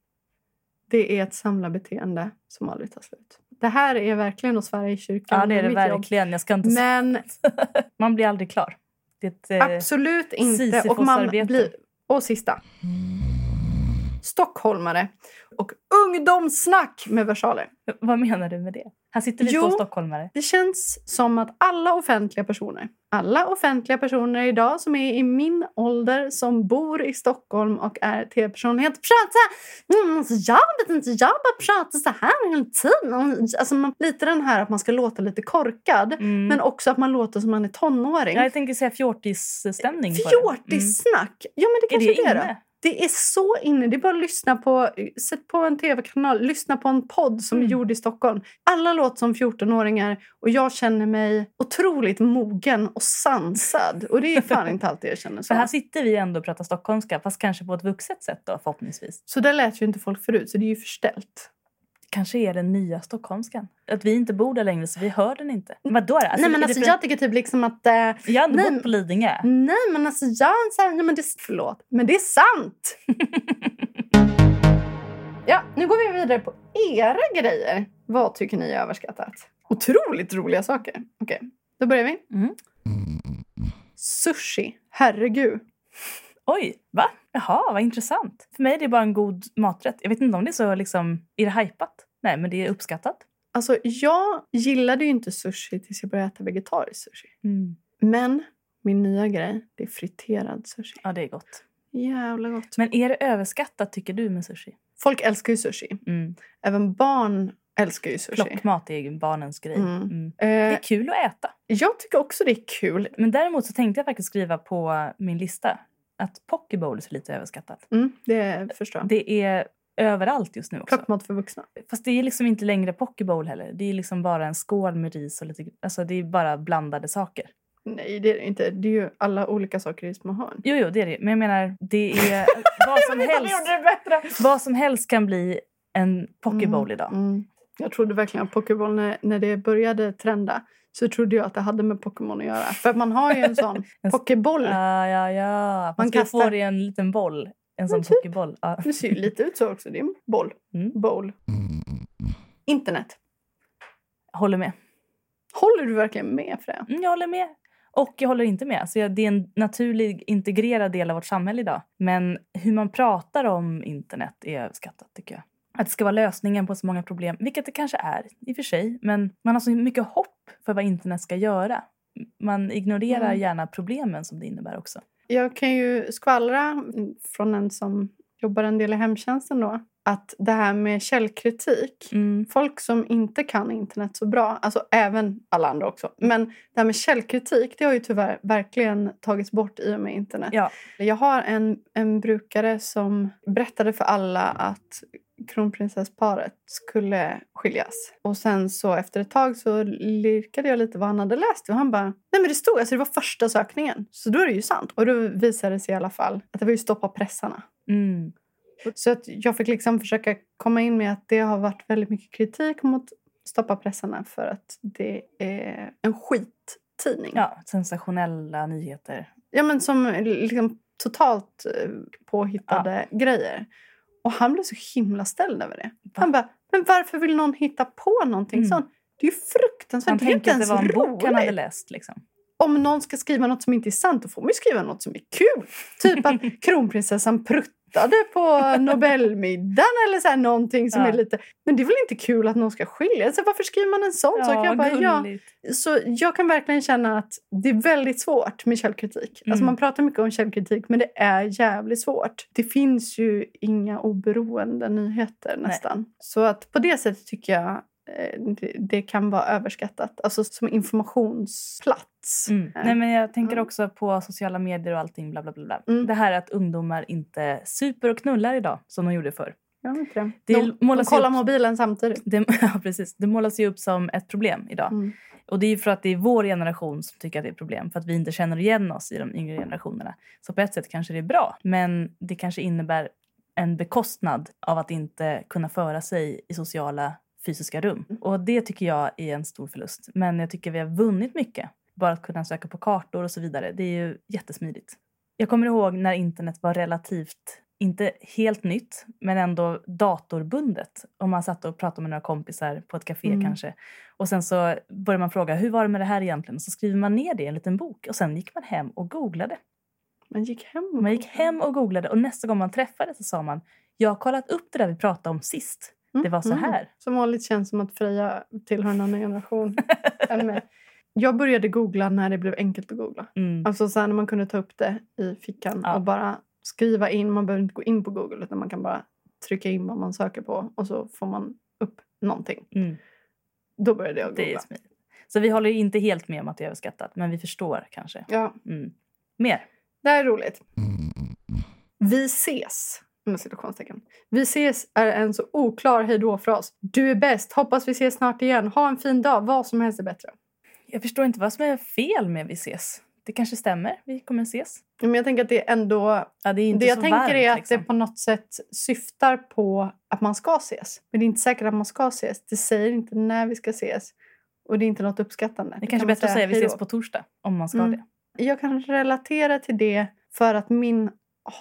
B: det är ett samlarbeteende som aldrig tar slut. Det här är verkligen att svära i kyrkan.
A: Ja, det är det
B: mitt jobb.
A: verkligen. Eh, Jag ska inte... s-
B: Men
A: Man blir aldrig klar. Det är ett, eh,
B: Absolut inte. Och, man
A: Sisyfosarbete.
B: blir, och sista. Stockholmare och ungdomssnack med versaler.
A: [laughs] Vad menar du med det? Här sitter vi
B: Jo.
A: två stockholmare.
B: Det känns som att alla offentliga personer, alla offentliga personer idag som är i min ålder, som bor i Stockholm och är tv-personlighet, pratar... Mm, alltså jag vet inte, jag bara pratar så här hela tiden. Alltså man, lite den här att man ska låta lite korkad,
A: Mm.
B: men också att man låter som man är tonåring.
A: Ja, jag tänker säga fjortisstämning. på det.
B: Fjortissnack! Ja, men det
A: Mm.
B: kanske
A: Är det
B: då.
A: inne?
B: Det är så inne. Det är bara att lyssna på, sätt på en tv-kanal, lyssna på en podd som
A: Mm.
B: är gjord i Stockholm. Alla låter som 14-åringar och jag känner mig otroligt mogen och sansad. Och det är fan inte alltid jag [laughs] känner
A: För här
B: så.
A: sitter vi ändå och pratar stockholmska, fast kanske på ett vuxet sätt då förhoppningsvis.
B: Så där lät ju inte folk förut, så det är ju förställt. Alltså,
A: Kanske är den nya stockholmskan. Att vi inte bor där längre så vi hör den inte. Men vadå då? Alltså,
B: nej men
A: är
B: alltså
A: det för-
B: jag tycker typ liksom att... Eh,
A: jag har ändå
B: nej,
A: bott på Lidingö.
B: nej men alltså jag... Så här, nej, men det, förlåt, men det
A: [laughs]
B: är sant! ja, nu går vi vidare på era grejer. Vad tycker ni är överskattat? Otroligt roliga saker. Okej, då börjar vi.
A: Mm.
B: Sushi. Herregud.
A: Oj, va? Jaha, vad intressant. För mig är det bara en god maträtt. Jag vet inte om det är så liksom, är det hajpat? Nej, men det är uppskattat.
B: Alltså, jag gillade ju inte sushi tills jag började äta vegetarisk sushi.
A: Mm.
B: Men Min nya grej, det är friterad sushi.
A: Ja, det är gott.
B: Jävla gott.
A: Men är det överskattat tycker du med sushi?
B: Folk älskar ju sushi.
A: Mm.
B: Även barn älskar ju sushi. Eh,
A: Plockmat är ju barnens grej.
B: Mm.
A: Mm. Det
B: Eh,
A: är kul att äta.
B: jag tycker också det är kul.
A: Men däremot så tänkte jag faktiskt skriva på min lista att poke bowls är lite överskattat.
B: Mm, det förstår jag.
A: Det är överallt just nu också.
B: Plockmat för vuxna.
A: Fast det är liksom inte längre poke bowl heller. Det är liksom bara en skål med ris och lite... Alltså det är bara blandade saker.
B: Nej, det är det inte. Det är ju alla olika saker i små hörn.
A: Jo, jo, det är det. Men jag menar, det
B: [laughs]
A: är vad som helst.
B: det bättre!
A: Vad som helst kan bli en poke bowl idag.
B: Mm. Jag trodde verkligen att Pokéboll, när, när det började trenda, så trodde jag att det hade med Pokémon att göra. För man har ju [laughs] en sån
A: En s-
B: Pokéboll.
A: Ja, ja, ja. Man,
B: Man
A: ska få
B: kastar-
A: det i en liten boll. En sån
B: Men typ.
A: pokeboll. Ja.
B: Det ser ju lite ut så också. Det är en boll.
A: Mm.
B: Bowl. Internet.
A: Håller med.
B: Håller du verkligen med för det?
A: Mm, jag håller med. Och jag håller inte med. Så jag, det är en naturlig integrerad del av vårt samhälle idag. Men hur man pratar om internet är överskattat tycker jag. Att det ska vara lösningen på så många problem, vilket det kanske är i och för sig. Men man har så mycket hopp för vad internet ska göra. Man ignorerar
B: Mm.
A: gärna problemen som det innebär också.
B: Jag kan ju skvallra mm, från en som jobbar en del i hemtjänsten då. Att det här med källkritik.
A: Mm.
B: Folk som inte kan internet så bra, alltså även alla andra också. Men det här med källkritik, det har ju tyvärr verkligen tagits bort i och med internet.
A: Ja.
B: Jag har en, en brukare som berättade för alla att kronprinsessparet skulle skiljas. Och sen så efter ett tag så lirkade jag lite vad han hade läst och han bara nej men det stod alltså det var första sökningen så då är det ju sant. Och då visade det sig i alla fall att det var ju stoppa pressarna.
A: Mm.
B: Så att jag fick liksom försöka komma in med att det har varit väldigt mycket kritik mot stoppa pressarna för att det är en skittidning.
A: ja, sensationella nyheter.
B: Ja, men som liksom totalt eh, påhittade grejer. Och han blev så himla ställd över det. Han bara, men varför vill någon hitta på någonting
A: Mm.
B: sånt? Det är ju fruktansvärt.
A: Han
B: det är ju inte
A: tänkte att det
B: ens
A: var en bok han hade
B: roligt.
A: läst. Liksom.
B: Om någon ska skriva något som inte är sant, då får man ju skriva något som är kul.
A: [laughs]
B: Typ att kronprinsessan pruttade på Nobelmiddagen eller så här någonting som
A: Ja.
B: är lite... Men det är väl inte kul att någon ska skilja sig? Varför skriver man en sån sak? Jag bara, ja,
A: gulligt.
B: så jag kan verkligen känna att det är väldigt svårt med källkritik. Alltså
A: Mm.
B: man pratar mycket om källkritik, men det är jävligt svårt. Det finns ju inga oberoende nyheter nästan. Så att på det sättet tycker jag eh, det, det kan vara överskattat. Alltså som informationsplats.
A: Mm.
B: Eh,
A: Nej, men jag tänker
B: Mm.
A: också på sociala medier och allting. Bla, bla, bla, bla.
B: Mm.
A: Det här att ungdomar inte super och knullar idag som de gjorde förr.
B: Jag vet inte det.
A: Det
B: de, de
A: målas ju
B: kollar
A: upp-
B: mobilen samtidigt.
A: Det, [laughs] ja, precis. det målas ju upp som ett problem idag.
B: Mm.
A: Och det är ju för att det är vår generation som tycker att det är ett problem. För att vi inte känner igen oss i de yngre generationerna. Så på ett sätt kanske det är bra. Men det kanske innebär en bekostnad av att inte kunna föra sig i sociala fysiska rum. Och det tycker jag är en stor förlust. Men jag tycker vi har vunnit mycket. Bara att kunna söka på kartor och så vidare. Det är ju jättesmidigt. Jag kommer ihåg när internet var relativt, inte helt nytt, men ändå datorbundet. Om man satt och pratade med några kompisar på ett café
B: Mm.
A: kanske. Och sen så började man fråga, hur var det med det här egentligen? Och så skriver man ner det i en liten bok och sen gick man hem och googlade.
B: Man gick hem.
A: Man gick hem och googlade och nästa gång man träffade så sa man, jag har kollat upp det där vi pratade om sist.
B: Mm,
A: Det var så
B: mm.
A: här.
B: Som vanligt känns som att Freja tillhör en annan generation [laughs] än mig. Jag började googla när det blev enkelt att googla.
A: Mm.
B: Alltså så här, när man kunde ta upp det i fickan
A: Ja.
B: och bara skriva in. Man behöver inte gå in på Google utan man kan bara trycka in vad man söker på och så får man upp någonting.
A: Mm.
B: Då började jag
A: Det är
B: googla.
A: smidigt. Så vi håller ju inte helt med om att det är överskattat, men vi förstår kanske.
B: Ja,
A: Mm. Mer.
B: det här är roligt. Mm. Vi ses! Med situationstecken. Vi ses är en så oklar hejdå-fras. Du är bäst, hoppas vi ses snart igen. Ha en fin dag, vad som helst är bättre.
A: Jag förstår inte vad som är fel med vi ses. Det kanske stämmer, vi kommer ses.
B: Men jag tänker att det är ändå
A: Ja, det är inte
B: det jag
A: så
B: tänker
A: varmt,
B: är att
A: liksom.
B: det på något sätt syftar på att man ska ses. Men det är inte säkert att man ska ses. Det säger inte när vi ska ses. Och det är inte något uppskattande.
A: Det kanske är
B: kan man
A: bättre att säga vi
B: hej då.
A: ses på torsdag om man ska
B: Mm.
A: det.
B: Jag kan relatera till det för att min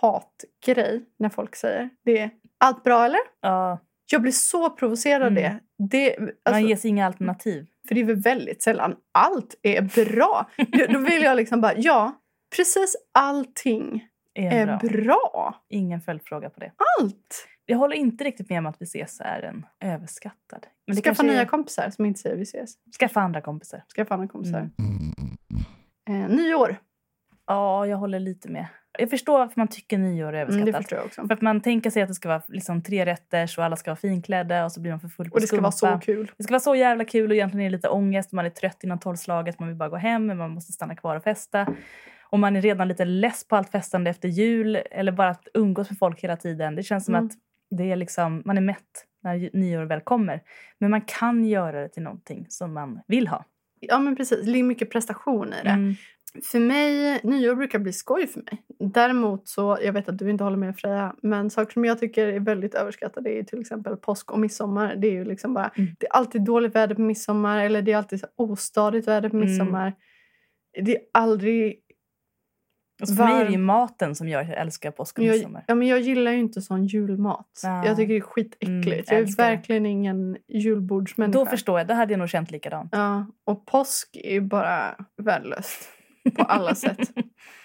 B: hatgrej när folk säger det är allt bra eller?
A: Ja,
B: Jag blir så provocerad av
A: Mm.
B: det. det
A: man
B: alltså,
A: ges inga alternativ.
B: För det är väl väldigt sällan allt är
A: [laughs]
B: bra. Då- Då vill jag liksom bara, ja, precis allting
A: Är
B: är
A: bra.
B: bra.
A: Ingen följdfråga på det.
B: Allt!
A: Jag håller inte riktigt med om att vi ses är en överskattad. Men det
B: Skaffa
A: kanske är-
B: nya kompisar som inte säger vi ses.
A: Skaffa andra kompisar.
B: Skaffa andra kompisar.
A: Mm.
B: Eh, nyår.
A: Ja, jag håller lite med. Jag förstår varför man tycker nyår är
B: Mm,
A: överskattat.
B: det förstår jag också.
A: För att man tänker sig att det ska vara liksom tre rätter och alla ska vara finklädda och så blir man för full på
B: Och det ska vara så
A: skumpa.
B: kul.
A: Det ska vara så jävla kul och egentligen är det lite ångest. Man är trött innan tolvslaget, man vill bara gå hem men man måste stanna kvar och festa. Och man är redan lite less på allt festande efter jul eller bara att umgås med folk hela tiden. Det känns som
B: Mm.
A: att det är liksom, man är mätt när ju- nyår väl kommer. Men man kan göra det till någonting som man vill ha.
B: Ja men precis, det ligger mycket prestation i det. För mig, nyår brukar bli skoj för mig. Däremot så, jag vet att du inte håller med Freja, men saker som jag tycker är väldigt överskattade är ju till exempel påsk och midsommar. Det är ju liksom bara,
A: Mm.
B: det är alltid dåligt väder på midsommar eller det är alltid så ostadigt väder på
A: Mm.
B: midsommar. Det är aldrig...
A: Alltså för mig är det ju
B: varm-
A: maten som gör att jag älskar påsk och
B: jag,
A: midsommar.
B: ja, men jag gillar ju inte sån julmat.
A: Ah.
B: Jag tycker det är skitäckligt.
A: Mm,
B: jag är
A: älskar det.
B: verkligen ingen julbordsmänniska.
A: Då förstår jag, då hade jag nog känt likadant. [laughs]
B: Ja, och påsk är ju bara värdelöst på
A: [laughs]
B: alla sätt.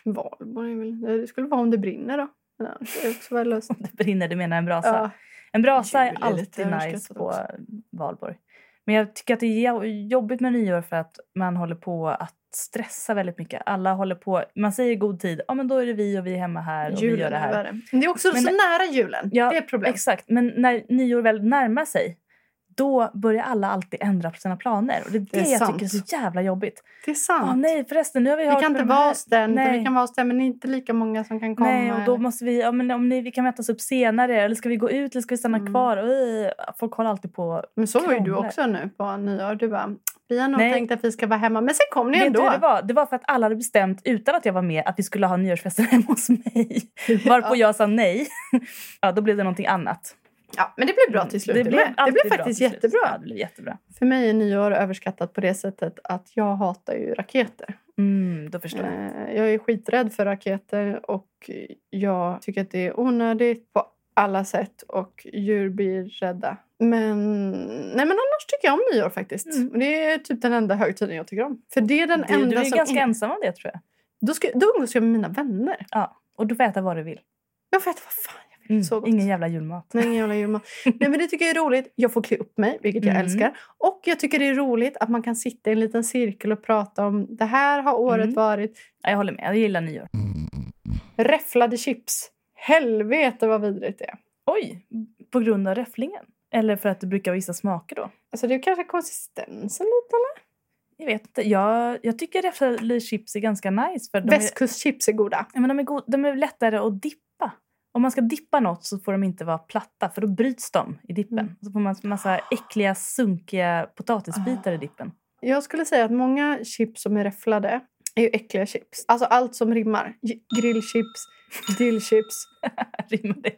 B: Valborg är väl... Det skulle vara om det brinner då. Men annars är det också värdelöst.
A: Det brinner, du menar en brasa?
B: Ja,
A: En brasa är
B: Jul är
A: alltid
B: lite överskattat
A: nice på
B: också.
A: valborg. Men jag tycker att det är jo- jobbigt med nyår för att man håller på att stressa väldigt mycket. Alla håller på, man säger i god tid, ja men då är det vi och vi är hemma här och vi gör
B: julen
A: det
B: är
A: här.
B: värre. Men det är också
A: Men-
B: så nära julen.
A: Ja,
B: det är ett problem.
A: Exakt, men när nyår väl närmar sig då börjar alla alltid ändra på sina planer. Och det är det,
B: är
A: jag
B: sant.
A: tycker är så jävla jobbigt.
B: det är sant.
A: Ah, nej förresten, nu har vi
B: vi
A: hört
B: kan
A: på
B: inte
A: de här-
B: vara hos den. utan
A: Nej.
B: Vi kan vara hos den, men det är inte lika många som kan komma.
A: Nej, och då måste vi, ja, men om ni, vi kan mötas upp senare eller ska vi gå ut eller ska vi stanna
B: Mm.
A: kvar? Ui, folk håller alltid på
B: men så var ju du
A: krånglar.
B: också nu på nyår. Du bara, vi har nog
A: Nej.
B: tänkt att vi ska vara hemma. Men sen kom ni
A: Vet du
B: ändå.
A: vad det var? Det var för att alla hade bestämt utan att jag var med att vi skulle ha nyårsfesten [laughs] hemma hos mig. Varpå jag sa nej. [laughs] Ja, då blev det någonting annat. Mm.
B: Ja, men det blev bra till slut. Det blev, det
A: alltid
B: blev
A: bra
B: faktiskt
A: till slut. Ja,
B: jättebra.
A: det blev jättebra.
B: För mig är nyår överskattat på det sättet att jag hatar ju raketer.
A: Mm, då förstår jag.
B: Eh, Jag är skiträdd för raketer och jag tycker att det är onödigt på alla sätt och djur blir rädda. Men, nej men annars tycker jag om nyår faktiskt.
A: Mm.
B: Och Det är typ den enda högtiden jag tycker om. För det är den
A: Du,
B: enda
A: du är
B: som...
A: ganska
B: in-
A: ensam om det tror jag.
B: då, ska, då umgås jag med mina vänner.
A: Och du får äta vad du vill.
B: Jag får äta vad fan jag vill.
A: Mm.
B: Så gott.
A: Ingen jävla julmat.
B: Nej, ingen jävla julmat. Nej, men det tycker jag är roligt. Jag får klä upp mig, vilket jag
A: Mm.
B: älskar. Och jag tycker det är roligt att man kan sitta i en liten cirkel och prata om det här har året
A: Mm.
B: varit.
A: Ja, jag håller med, jag gillar nyår.
B: Räfflade chips. Helvete vad vidrigt det är.
A: Oj, på grund av räfflingen? Eller för att det brukar vara vissa smaker då?
B: Alltså det är kanske konsistensen lite eller?
A: Jag vet inte. Jag, jag tycker räfflade chips är ganska nice. För de är,
B: Västkustchips är goda.
A: Ja, men de, är go- de är lättare att dippa. Om man ska dippa något så får de inte vara platta för då bryts de i dippen.
B: Mm.
A: Så får man en massa äckliga, sunkiga potatisbitar i
B: Ah.
A: dippen. [laughs]
B: Jag skulle säga att många chips som är räfflade är ju äckliga chips. Alltså allt som rimmar. G-
A: [laughs]
B: Grillchips, dillchips.
A: Rimmar det?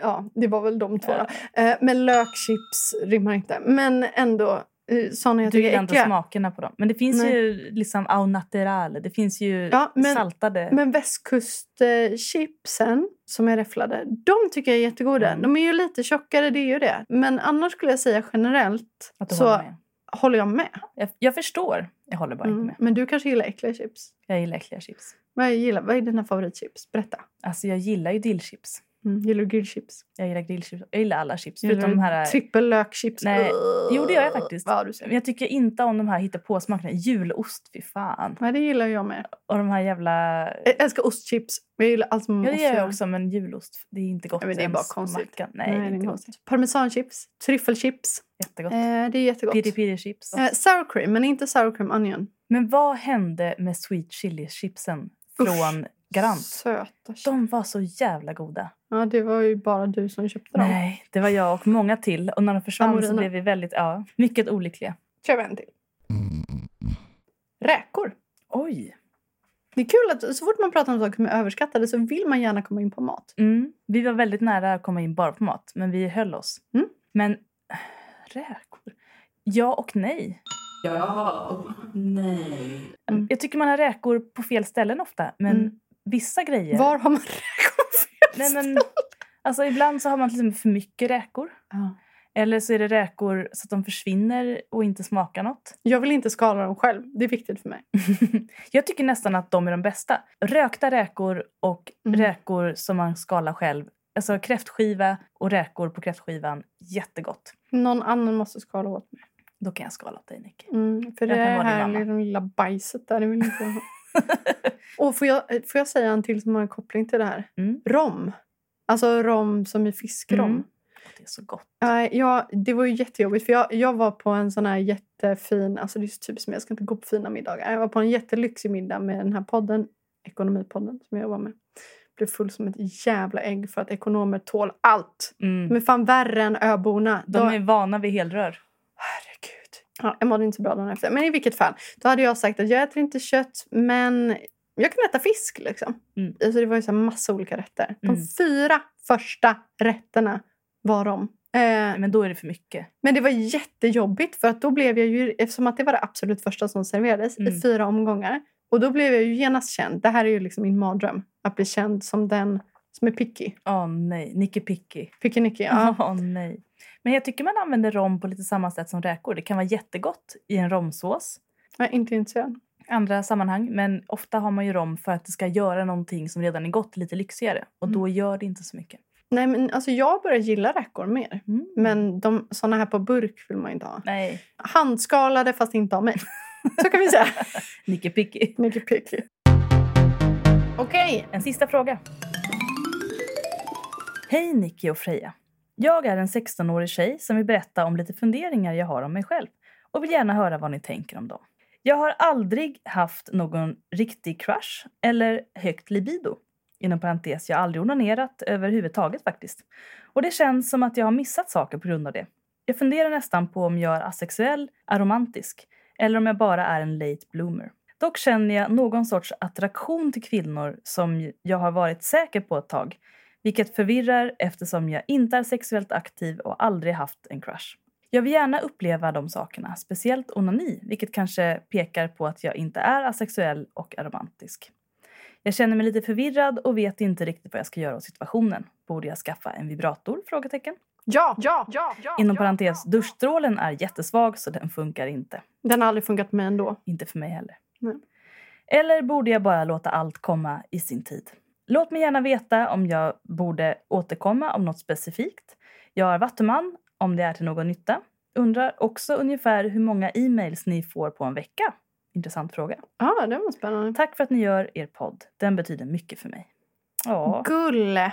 B: Ja, det var väl de två. då. Eh, Men lökchips rimmar inte. Men ändå eh, såna jag
A: Du
B: tycker
A: gillar
B: är
A: inte
B: äckliga.
A: smakerna på dem. Men det finns
B: Nej.
A: ju liksom au naturale. Det finns ju
B: Ja, men-
A: saltade.
B: Men västkustchipsen som är räfflade, de tycker jag är jättegoda.
A: Mm.
B: De är ju lite tjockare, det är ju det. Men annars skulle jag säga generellt
A: att du
B: så
A: håller med.
B: håller jag med.
A: Jag, jag förstår. Jag håller bara
B: Mm,
A: inte med.
B: Men du kanske gillar äckliga chips?
A: Jag gillar äckliga chips.
B: Vad, gillar, vad är dina favoritchips? Berätta.
A: Alltså jag gillar ju dillchips.
B: Mm, gillar du grillchips?
A: Jag gillar grillchips. Jag gillar alla chips.
B: Gillar
A: Förutom
B: du
A: de här... äh,
B: Trippellökchips?
A: Nej, jo, det gör jag faktiskt.
B: Vad du säger.
A: Men jag tycker inte om de här hittepåsmakerna. Julost, fy fan.
B: Nej, det gillar jag med.
A: Och de här jävla...
B: Jag älskar ostchips. Men jag gillar allt som
A: Ja, det
B: ost
A: gör
B: gör.
A: jag också, men julost det är inte gott.
B: Ja, men det är
A: ens
B: bara
A: på
B: konstigt.
A: mackan. Nej,
B: Nej,
A: det är inte gott.
B: konstigt. Parmesanchips, tryffelchips.
A: Jättegott.
B: Eh, det är jättegott.
A: Piri piri chips.
B: Eh, sour cream, men inte sour cream onion.
A: Men vad hände med sweet chili chipsen från Garant?
B: Söta chips.
A: De var så jävla goda.
B: Ja, det var ju bara du som köpte dem.
A: Nej, det var jag och många till. Och när de försvann så
B: Amorina.
A: blev vi väldigt, ja, mycket olyckliga.
B: Kör vi en till. Räkor.
A: Oj!
B: Det är kul att så fort man pratar om saker som är överskattade så vill man gärna komma in på mat.
A: Mm. Vi var väldigt nära att komma in bara på mat, men vi höll oss.
B: Mm.
A: Men [sighs] äh, räkor? Ja och nej.
G: Nej.
B: Mm.
A: Jag tycker man har räkor på fel ställen ofta, men
B: Mm.
A: vissa grejer...
B: Var har man [laughs] räkor?
A: Nej, men, alltså, ibland så har man till exempel för mycket räkor.
B: Ja.
A: Eller så är det räkor så att de försvinner och inte smakar något. [laughs]
B: Jag vill inte skala dem själv. Det är viktigt för mig.
A: Jag tycker nästan att de är de bästa. Rökta räkor och
B: Mm.
A: räkor som man skalar själv. Alltså kräftskiva och räkor på kräftskivan. Jättegott.
B: Någon annan måste skala åt mig.
A: Då kan jag skala åt dig, Nick.
B: Mm, för
A: Jag
B: det
A: kan vara din
B: här
A: mamma. [laughs]
B: lilla bajset där, det vill inte jag ha. Och får jag, får jag säga en till som har en koppling till det här?
A: Mm.
B: Rom. Alltså rom som i fiskrom.
A: Mm. Det är så gott.
B: Nej, ja, det var ju jättejobbigt. För jag, jag var på en sån här jättefin... Alltså det är så typiskt mig, jag ska inte gå på fina middagar. Jag var på en jättelyxig middag med den här podden, Ekonomipodden, som jag jobbar med. Blev full som ett jävla ägg för att ekonomer tål allt.
A: Mm.
B: De är fan värre än öborna.
A: De
B: Då-
A: är vana vid helrör.
B: Herregud. Ja, jag mådde inte så bra dagen efter. Men i vilket fall, då hade jag sagt att jag äter inte kött, men jag kan äta fisk. Liksom.
A: Mm.
B: Alltså, det var ju så här massa olika rätter. De
A: Mm.
B: fyra första rätterna var de. Eh,
A: Men då är det för mycket.
B: men det var jättejobbigt för att då blev jag ju, eftersom att det var det absolut första som serverades
A: Mm.
B: i fyra omgångar. Och då blev jag ju genast känd. Det här är ju liksom min mardröm. Att bli känd som den som är picky.
A: Åh nej, Nicky Picky.
B: Picky Nicky, ja.
A: [laughs] Ja. nej. Men jag tycker man använder rom på lite samma sätt som räkor. Det kan vara jättegott i en romsås.
B: Jag är inte intresserad.
A: Andra sammanhang, men ofta har man ju rom för att det ska göra någonting som redan är gott lite lyxigare. Och då gör det inte så mycket.
B: Nej men alltså jag börjar gilla räkor mer.
A: Mm.
B: Men de, såna här på burk vill man ju inte ha.
A: Nej,
B: Handskalade fast inte av mig. Så kan vi säga.
A: Nicky Picky.
B: [laughs] Mycket picky. Okej.
A: En sista fråga. Hej Nicky och Freja. Jag är en 16-årig tjej som vill berätta om lite funderingar jag har om mig själv och vill gärna höra vad ni tänker om dem. Jag har aldrig haft någon riktig crush eller högt libido. Inom parentes, jag har aldrig onanerat överhuvudtaget faktiskt. Och det känns som att jag har missat saker på grund av det. Jag funderar nästan på om jag är asexuell, aromantisk eller om jag bara är en late bloomer. Dock känner jag någon sorts attraktion till kvinnor som jag har varit säker på ett tag vilket förvirrar eftersom jag inte är sexuellt aktiv och aldrig haft en crush. Jag vill gärna uppleva de sakerna, speciellt onani vilket kanske pekar på att jag inte är asexuell och aromantisk. Jag känner mig lite förvirrad och vet inte riktigt vad jag ska göra av situationen. Borde jag skaffa en vibrator? Frågetecken.
B: Ja, ja, ja,
A: Inom parentes, duschstrålen är jättesvag så den funkar inte.
B: Den har aldrig funkat på mig ändå.
A: Inte för mig heller.
B: Nej.
A: Eller borde jag bara låta allt komma i sin tid? Låt mig gärna veta om jag borde återkomma om något specifikt. Jag är vattuman, om det är till någon nytta. Undrar också ungefär hur många e-mails ni får på en vecka. Intressant fråga.
B: Ja, det var spännande.
A: Tack för att ni gör er podd. Den betyder mycket för mig. Ja.
B: Gulle.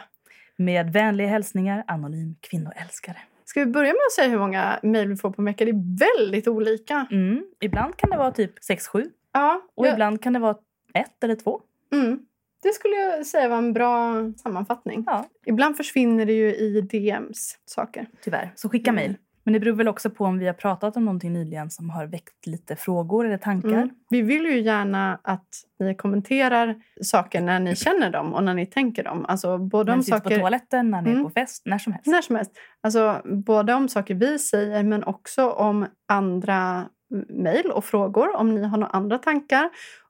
A: Med vänliga hälsningar, anonym kvinnoälskare.
B: Ska vi börja med att säga hur många mejl vi får på en vecka? Det är väldigt olika.
A: Mm. Ibland kan det vara typ 6-7
B: Ja,
A: och
B: jag-
A: ibland kan det vara ett eller två.
B: Mm. Det skulle jag säga var en bra sammanfattning.
A: Ja.
B: Ibland försvinner det ju i DMs saker.
A: tyvärr. Så skicka
B: Mm.
A: mejl. Men det beror väl också på om vi har pratat om någonting nyligen som har väckt lite frågor eller tankar.
B: Mm. Vi vill ju gärna att ni kommenterar saker när ni känner dem och när ni tänker dem. Alltså både
A: när
B: om
A: ni sitter på
B: saker...
A: toaletten, när ni är
B: Mm.
A: på fest, när som helst.
B: När som helst. Alltså både om saker vi säger men också om andra mejl och frågor. Om ni har några andra tankar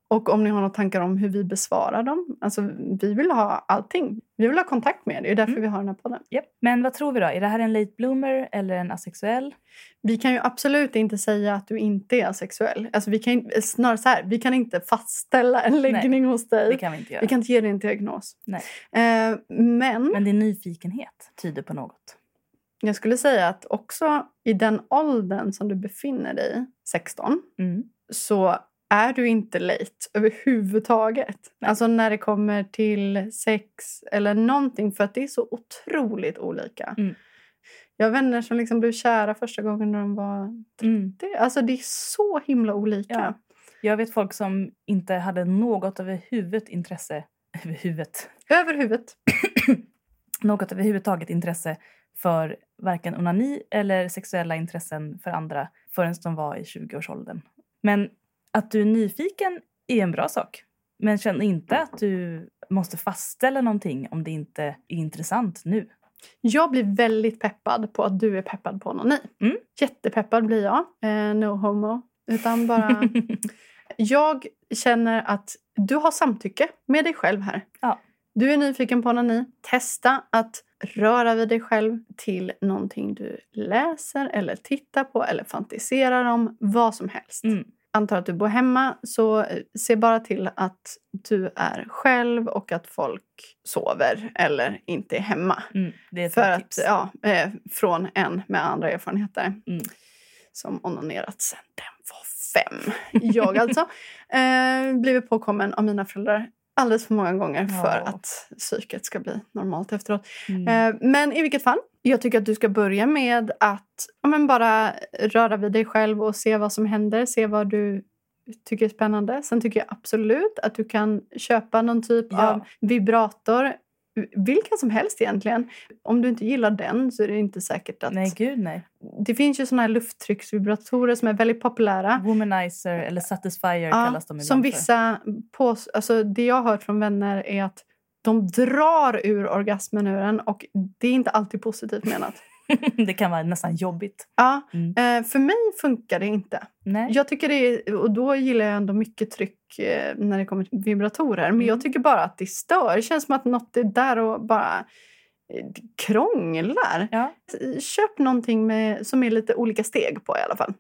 B: och om ni har några tankar om hur vi besvarar dem. Alltså vi vill ha allting. Vi vill ha kontakt med er. Det är därför
A: Mm.
B: vi har den här podden.
A: Japp. Men vad tror vi då? Är det här en late bloomer eller en asexuell?
B: Vi kan ju absolut inte säga att du inte är sexuell. Alltså vi kan, ju- snarare så här, vi kan inte fastställa en läggning hos dig.
A: Det kan vi inte göra.
B: Vi kan inte ge dig en diagnos.
A: Nej.
B: Eh, men
A: Men din nyfikenhet tyder på något.
B: jag skulle säga att också i den åldern som du befinner dig, 16,
A: Mm.
B: så är du inte late överhuvudtaget. Alltså när det kommer till sex eller någonting för att det är så otroligt olika.
A: Mm.
B: Jag har vänner som liksom blev kära första gången när de var...
A: Mm.
B: Det, alltså det är så himla olika.
A: Ja. Jag vet folk som inte hade något över huvudet intresse... Över huvudet.
B: Över huvudet.
A: Något överhuvudtaget intresse för varken onani eller sexuella intressen för andra förrän de var i 20-årsåldern. Men att du är nyfiken är en bra sak. Men känn inte att du måste fastställa någonting om det inte är intressant nu.
B: Jag blir väldigt peppad på att du är peppad på onani.
A: Mm.
B: Jättepeppad blir jag. Eh, no homo. Utan bara... jag känner att du har samtycke med dig själv här.
A: Ja.
B: Du är nyfiken på onani. Testa att röra vid dig själv till någonting du läser eller tittar på eller fantiserar om. Vad som helst.
A: Mm.
B: Antar att du bor hemma, så eh, se bara till att du är själv och att folk sover eller inte är hemma.
A: [laughs] Mm, det är ett
B: För
A: bra
B: att,
A: tips.
B: ja, eh, från en med andra erfarenheter
A: Mm.
B: som
A: [laughs]
B: onanerat sen den var fem. Jag alltså. Eh, blivit påkommen av mina föräldrar alldeles för många gånger
A: Ja.
B: för att psyket ska bli normalt efteråt.
A: Mm.
B: Eh, Men i vilket fall, jag tycker att du ska börja med att ja, men bara röra vid dig själv och se vad som händer, se vad du tycker är spännande. Sen tycker jag absolut att du kan köpa någon typ
A: Ja.
B: av vibrator, vilken som helst egentligen. Om du inte gillar den så är det inte säkert att...
A: Nej, gud nej.
B: Det finns ju såna här lufttrycksvibratorer som är väldigt populära.
A: Womanizer eller Satisfyer
B: Ja,
A: Mm, kallas de ibland
B: som
A: för.
B: vissa pås- alltså Det jag har hört från vänner är att de drar ur orgasmen ur en och det är inte alltid positivt menat.
A: [laughs] det kan vara nästan jobbigt.
B: Ja,
A: Mm.
B: eh, för mig funkar det inte.
A: Nej.
B: Jag tycker det är, och då gillar jag ändå mycket tryck eh, när det kommer till vibratorer. Men
A: Mm.
B: jag tycker bara att det stör. Det känns som att något är där och bara eh, krånglar.
A: Ja.
B: Köp någonting med, som är lite olika steg på i alla fall.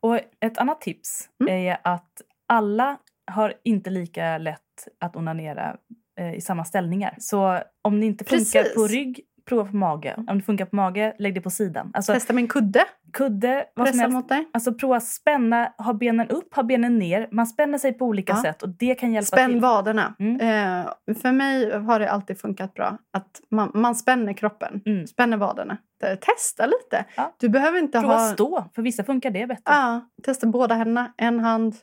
A: Och ett annat tips
B: Mm.
A: är att alla har inte lika lätt att onanera eh, i samma ställningar. Så om det inte funkar
B: Precis.
A: på rygg, prova på mage. Om det funkar på mage, lägg det på sidan. Alltså
B: Testa med en kudde.
A: kudde, vad som
B: Pressa
A: helst.
B: mot dig.
A: Alltså prova spänna, ha benen upp, ha benen ner. Man spänner sig på olika
B: Ja.
A: sätt och det kan hjälpa
B: Spänn
A: till. Mm.
B: vaderna. Eh, för mig har det alltid funkat bra att man, man spänner kroppen.
A: Mm.
B: Spänner vaderna. Eh, Testa lite.
A: Ja.
B: Du behöver inte
A: Prova
B: ha...
A: stå, för vissa funkar det bättre.
B: Ja, testa båda händerna, en hand.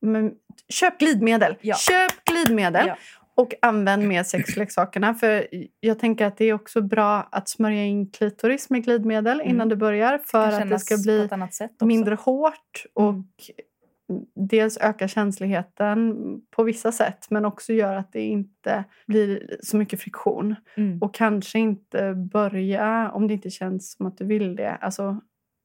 B: Men, köp glidmedel!
A: Ja.
B: Köp glidmedel!
A: Ja.
B: Och använd med sexleksakerna. För jag tänker att det är också bra att smörja in klitoris med glidmedel innan du börjar för
A: Mm. kan
B: att det ska
A: kännas på
B: bli
A: ett annat sätt också. Mm.
B: mindre hårt och dels öka känsligheten på vissa sätt men också göra att det inte blir så mycket friktion.
A: Mm.
B: Och kanske inte börja, om det inte känns som att du vill det, alltså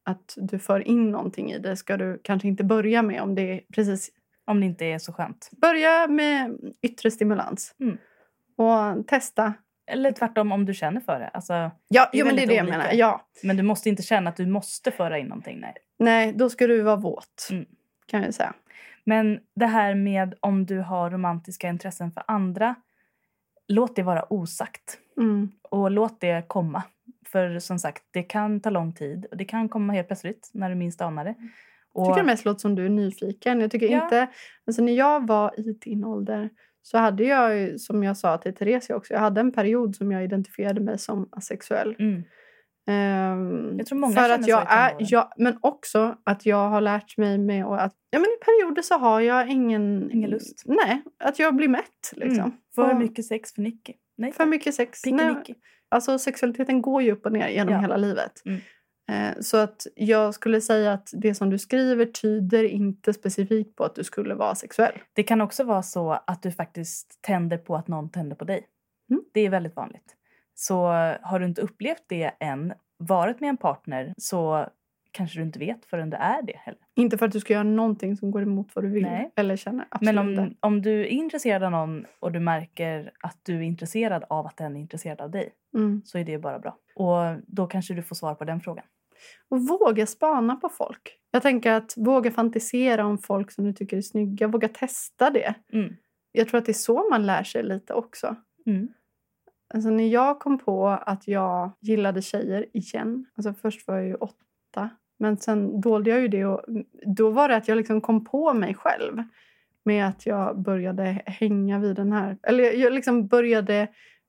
B: att du för in någonting i det ska du kanske inte börja med om det är precis...
A: Om det inte är så skönt.
B: Börja med yttre stimulans.
A: Mm.
B: Och testa.
A: Eller tvärtom om du känner för det. Alltså,
B: Ja,
A: Det är
B: jo, men det är
A: väldigt
B: det jag
A: olika.
B: menar. Ja.
A: men du måste inte känna att du måste föra in någonting. Nej.
B: Nej, då ska du vara våt,
A: Mm.
B: kan jag säga.
A: Men det här med om du har romantiska intressen för andra. Låt det vara osagt.
B: Mm.
A: Och låt det komma. För som sagt, det kan ta lång tid. Och det kan komma helt plötsligt när du minst anar det. Och,
B: Jag tycker det mest låter som du är nyfiken. Jag tycker
A: Ja.
B: inte... Alltså när jag var i din ålder så hade jag, ju, som jag sa till Theresia också, jag hade en period som jag identifierade mig som asexuell.
A: mm,
B: Ehm,
A: Jag tror många
B: för
A: känner
B: att
A: så
B: jag
A: i
B: är,
A: tonåren.
B: jag, Men också att jag har lärt mig med och att ja, men i perioder så har jag ingen...
A: Ingen lust.
B: Nej, att jag blir mätt liksom.
A: Mm. För
B: Och
A: mycket sex för Nicky. Nej,
B: för mycket sex.
A: Picky
B: Nej,
A: Nicky.
B: Alltså sexualiteten går ju upp och ner genom
A: Ja.
B: hela livet.
A: Mm.
B: Eh, Så att jag skulle säga att det som du skriver tyder inte specifikt på att du skulle vara sexuell.
A: Det kan också vara så att du faktiskt tänder på att någon tänder på dig.
B: Mm.
A: Det är väldigt vanligt. Så har du inte upplevt det än, varit med en partner, så kanske du inte vet förrän det är det heller.
B: Inte för att du ska göra någonting som går emot vad du vill
A: Nej.
B: eller känner. Absolut
A: Men
B: inte.
A: om, om du är intresserad av någon och du märker att du är intresserad av att den är intresserad av dig,
B: Mm.
A: så är det bara bra. Och då kanske du får svar på den frågan.
B: Och våga spana på folk. Jag tänker att våga fantisera om folk som du tycker är snygga. Våga testa det.
A: Mm.
B: Jag tror att det är så man lär sig lite också.
A: Mm.
B: Alltså när jag kom på att jag gillade tjejer igen. Alltså först var jag ju åtta. Men sen dolde jag ju det. Och då var det att jag liksom kom på mig själv. Med att jag började hänga vid den här. Eller jag- jag liksom började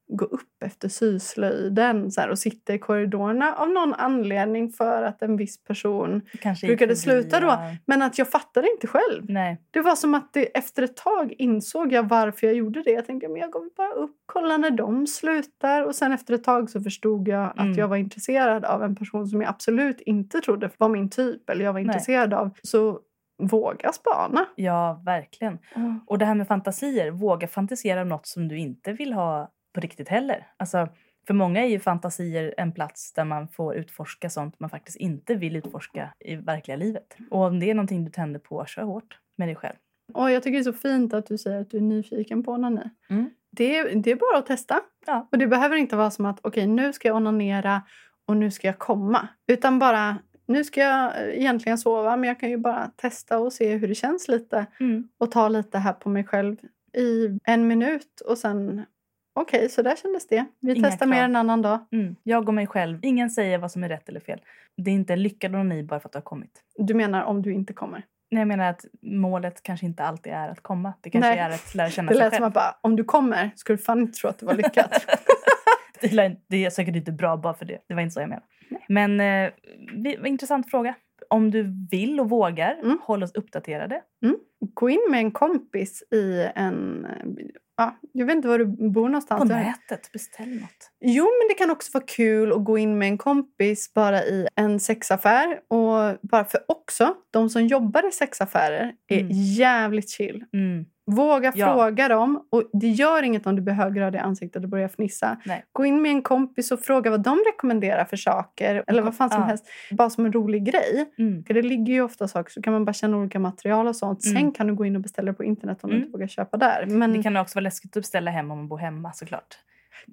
B: gå upp efter syslöjden. Så här, och sitta i korridorerna av någon anledning. För att en viss person.
A: Kanske
B: Brukar
A: gick
B: det sluta
A: förbi,
B: då?
A: ja.
B: Men att jag fattade inte själv.
A: Nej.
B: Det var som att det, efter ett tag insåg jag varför jag gjorde det. Jag tänkte men jag går väl bara upp, kollar när de slutar. Och sen efter ett tag så förstod jag
A: Mm.
B: att jag var intresserad av en person som jag absolut inte trodde var min typ eller jag var
A: Nej.
B: intresserad av. Så våga spana.
A: Ja, verkligen. Och det här med fantasier, våga fantisera om något som du inte vill ha på riktigt heller. Alltså, för många är ju fantasier en plats där man får utforska sånt man faktiskt inte vill utforska i verkliga livet. Och om det är någonting du tänder på, kör hårt med dig själv.
B: Och jag tycker det är så fint att du säger att du är nyfiken på onani.
A: Mm.
B: Det, det är bara att testa.
A: Ja.
B: Och det behöver inte vara som att okej nu ska jag onanera och nu ska jag komma. Utan bara nu ska jag eh, egentligen sova men jag kan ju bara testa och se hur det känns lite. och ta lite här på mig själv i en minut och sen okej, så där kändes det. Vi
A: Inga
B: testar
A: krav.
B: mer en annan dag.
A: Mm. Jag och mig själv, ingen säger vad som är rätt eller fel. Det är inte en lyckad onani bara för att du har kommit.
B: Du menar om du inte kommer?
A: Nej, jag menar att målet kanske inte alltid är att komma. Det kanske
B: Nej.
A: är att lära känna
B: Det
A: sig
B: lät som
A: själv.
B: att bara, om du kommer skulle du fan inte tro att det var lyckat.
A: [laughs] Det lär- Det är säkert inte bra bara för det. Det var inte så jag menade. Men eh, vi- vad intressant fråga. Om du vill och vågar,
B: Mm.
A: håll oss uppdaterade.
B: Gå in med en kompis i en... Ja, jag vet inte var du bor någonstans.
A: På
B: Jag-
A: nätet, beställ något.
B: Jo, men det kan också vara kul att gå in med en kompis bara i en sexaffär. Och bara för också, de som jobbar i sexaffärer är
A: Mm.
B: jävligt chill.
A: Mm.
B: Våga
A: Ja.
B: fråga dem. Och Det gör inget om du blir högröd i ansiktet och börjar fnissa.
A: Nej.
B: Gå in med en kompis och fråga vad de rekommenderar för saker. Eller vad fan som
A: Ja.
B: helst. Bara som en rolig grej.
A: Mm.
B: För det ligger ju ofta saker så kan man bara känna olika material och sånt.
A: Mm.
B: Sen kan du gå in och beställa det på internet om
A: Mm.
B: du inte vågar köpa där. Men
A: Det kan också vara läskigt att beställa hem om man bor hemma såklart.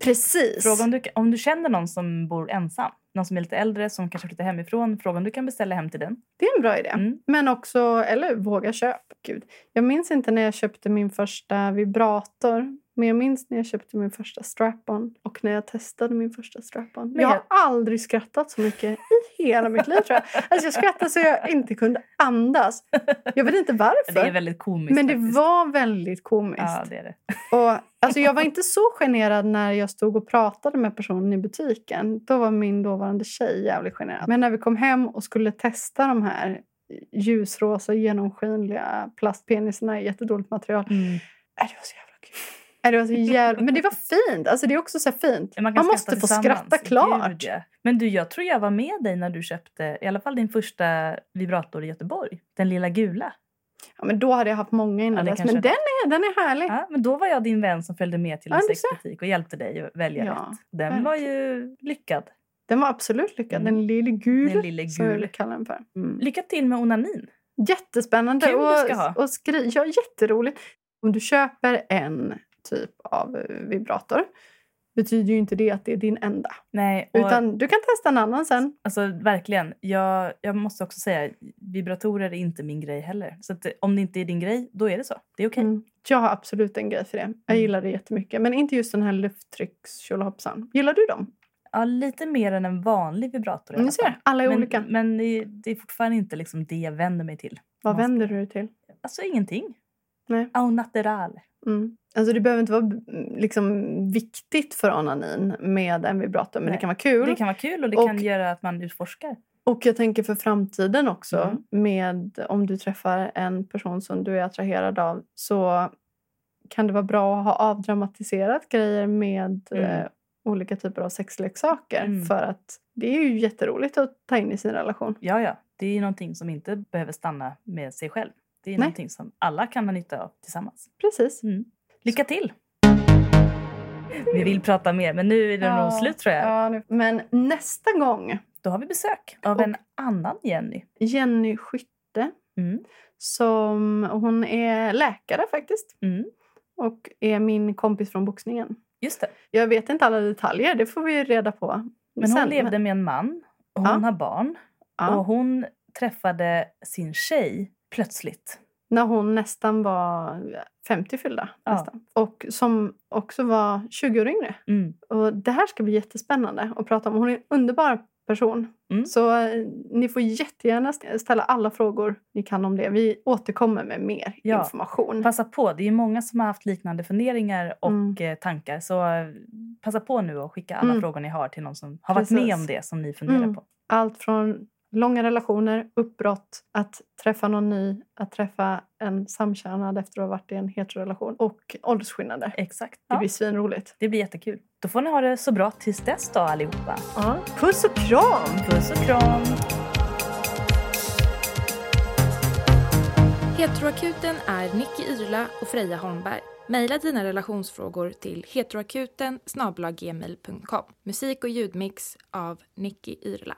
B: precis.
A: Fråga om du, om du känner någon som bor ensam, någon som är lite äldre som kanske flyttar hemifrån, fråga om du kan beställa hem till den.
B: Det är en bra idé.
A: Mm.
B: Men också, eller våga köp. Gud. Jag minns inte när jag köpte min första vibrator. Men jag minns när jag köpte min första strap-on och när jag testade min första strap-on.
A: Men
B: Jag har
A: jag-
B: aldrig skrattat så mycket i hela mitt liv tror jag. Alltså jag skrattade så jag inte kunde andas. Jag vet inte varför.
A: [laughs] Det är väldigt komiskt
B: men det
A: faktiskt.
B: var väldigt komiskt.
A: Ja, det är det.
B: Och, alltså, jag var inte så generad när jag stod och pratade med personen i butiken. Då var min dåvarande tjej jävligt generad. Men när vi kom hem och skulle testa de här ljusrosa, genomskinliga plastpenisarna i jättedåligt material.
A: Mm.
B: Äh, det var så jävla kul. Äh, det var så jävla... Men det var fint. Alltså, det är också så här fint. Man,
A: kan skratta
B: måste få
A: tillsammans.
B: skratta klart.
A: Gud, ja. Men du, jag tror jag var med dig när du köpte i alla fall din första vibrator i Göteborg. Den lilla gula.
B: ja, men då hade jag haft många
A: Ja,
B: innan
A: det
B: dess.
A: kanske
B: Men den är, den är härlig.
A: Ja, men då var jag din vän som följde med till en
B: Ja, du ser.
A: sexbutik och hjälpte dig att välja
B: Ja,
A: rätt. Den var ju lyckad.
B: Den var absolut lyckad.
A: Mm.
B: Den lille gul.
A: Den lille
B: Som jag vill
A: gul.
B: kalla den för. Mm.
A: Lycka till med onanin.
B: Jättespännande.
A: Kul
B: och,
A: du ska ha.
B: och skri- ja, jätteroligt. Om du köper en typ av eh, vibrator betyder ju inte det att det är din enda.
A: Nej, och
B: Utan du kan testa en annan sen.
A: Alltså verkligen. Jag, jag måste också säga, vibratorer är inte min grej heller. Så att, eh, om det inte är din grej, då är det så. Det är okej. Mm.
B: Mm. Jag har absolut en grej för det. Jag gillar det jättemycket. Men inte just den här lufttryckstjolahoppsan. Gillar du dem?
A: Ja, lite mer än en vanlig vibrator. i
B: Ni
A: alla fall.
B: Mm, ser, alla är olika.
A: Men, men det- det är fortfarande inte liksom det jag vänder mig till.
B: Vad
A: man ska-
B: vänder du dig till?
A: Alltså ingenting.
B: Nej.
A: Au natural.
B: Mm. Alltså det behöver inte vara mm, liksom, viktigt för onanin med en vibrator. Men
A: Nej.
B: det kan vara kul.
A: Det kan vara kul och det
B: Och-
A: kan göra att man utforskar.
B: Och jag tänker för framtiden också,
A: Mm.
B: med om du träffar en person som du är attraherad av så kan det vara bra att ha avdramatiserat grejer med
A: Mm.
B: eh, olika typer av sexleksaker.
A: Mm.
B: För att det är ju jätteroligt att ta in i sin relation.
A: Ja, ja. Det är ju någonting som inte behöver stanna med sig själv. Det är
B: Nej.
A: någonting som alla kan ha nytta av tillsammans.
B: Precis.
A: Mm. Lycka till! Vi vill prata mer, men nu är det nog slut tror jag.
B: Ja, nu- Men nästa gång,
A: Då har vi besök av
B: Och-
A: en annan Jenny.
B: Jenny Skytte,
A: Mm.
B: som, hon är läkare faktiskt
A: Mm.
B: och är min kompis från boxningen.
A: Just det.
B: Jag vet inte alla detaljer, det får vi reda på
A: Men hon levde med en man, och hon
B: Ja.
A: har barn
B: Ja.
A: och hon träffade sin tjej plötsligt.
B: När hon nästan var 50 fyllda.
A: Ja.
B: Nästan. Och som också var 20 år yngre.
A: Mm.
B: Och det här ska bli jättespännande att prata om. Hon är en underbar person.
A: Mm.
B: Så eh, ni får jättegärna st- ställa alla frågor ni kan om det. Vi återkommer med mer
A: Ja.
B: information.
A: Passa på, det är ju många som har haft liknande funderingar och
B: Mm.
A: eh, tankar. Så eh, passa på nu och skicka alla
B: Mm.
A: frågor ni har till någon som har varit
B: Precis.
A: med om det som ni funderar
B: Mm.
A: på.
B: Allt från långa relationer, uppbrott, att träffa någon ny, att träffa en samkönad efter att ha varit i en heterorelation och åldersskillnader.
A: Exakt.
B: Det
A: Ja,
B: blir svinroligt.
A: det blir jättekul. Då får ni ha det så bra tills dess då allihopa.
B: Ja. Puss och kram!
A: Puss och kram!
C: Heteroakuten är Nicky Irla och Freja Holmberg. Maila dina relationsfrågor till heteroakuten snabel-a gmail punkt com. Musik och ljudmix av Nicky Irla.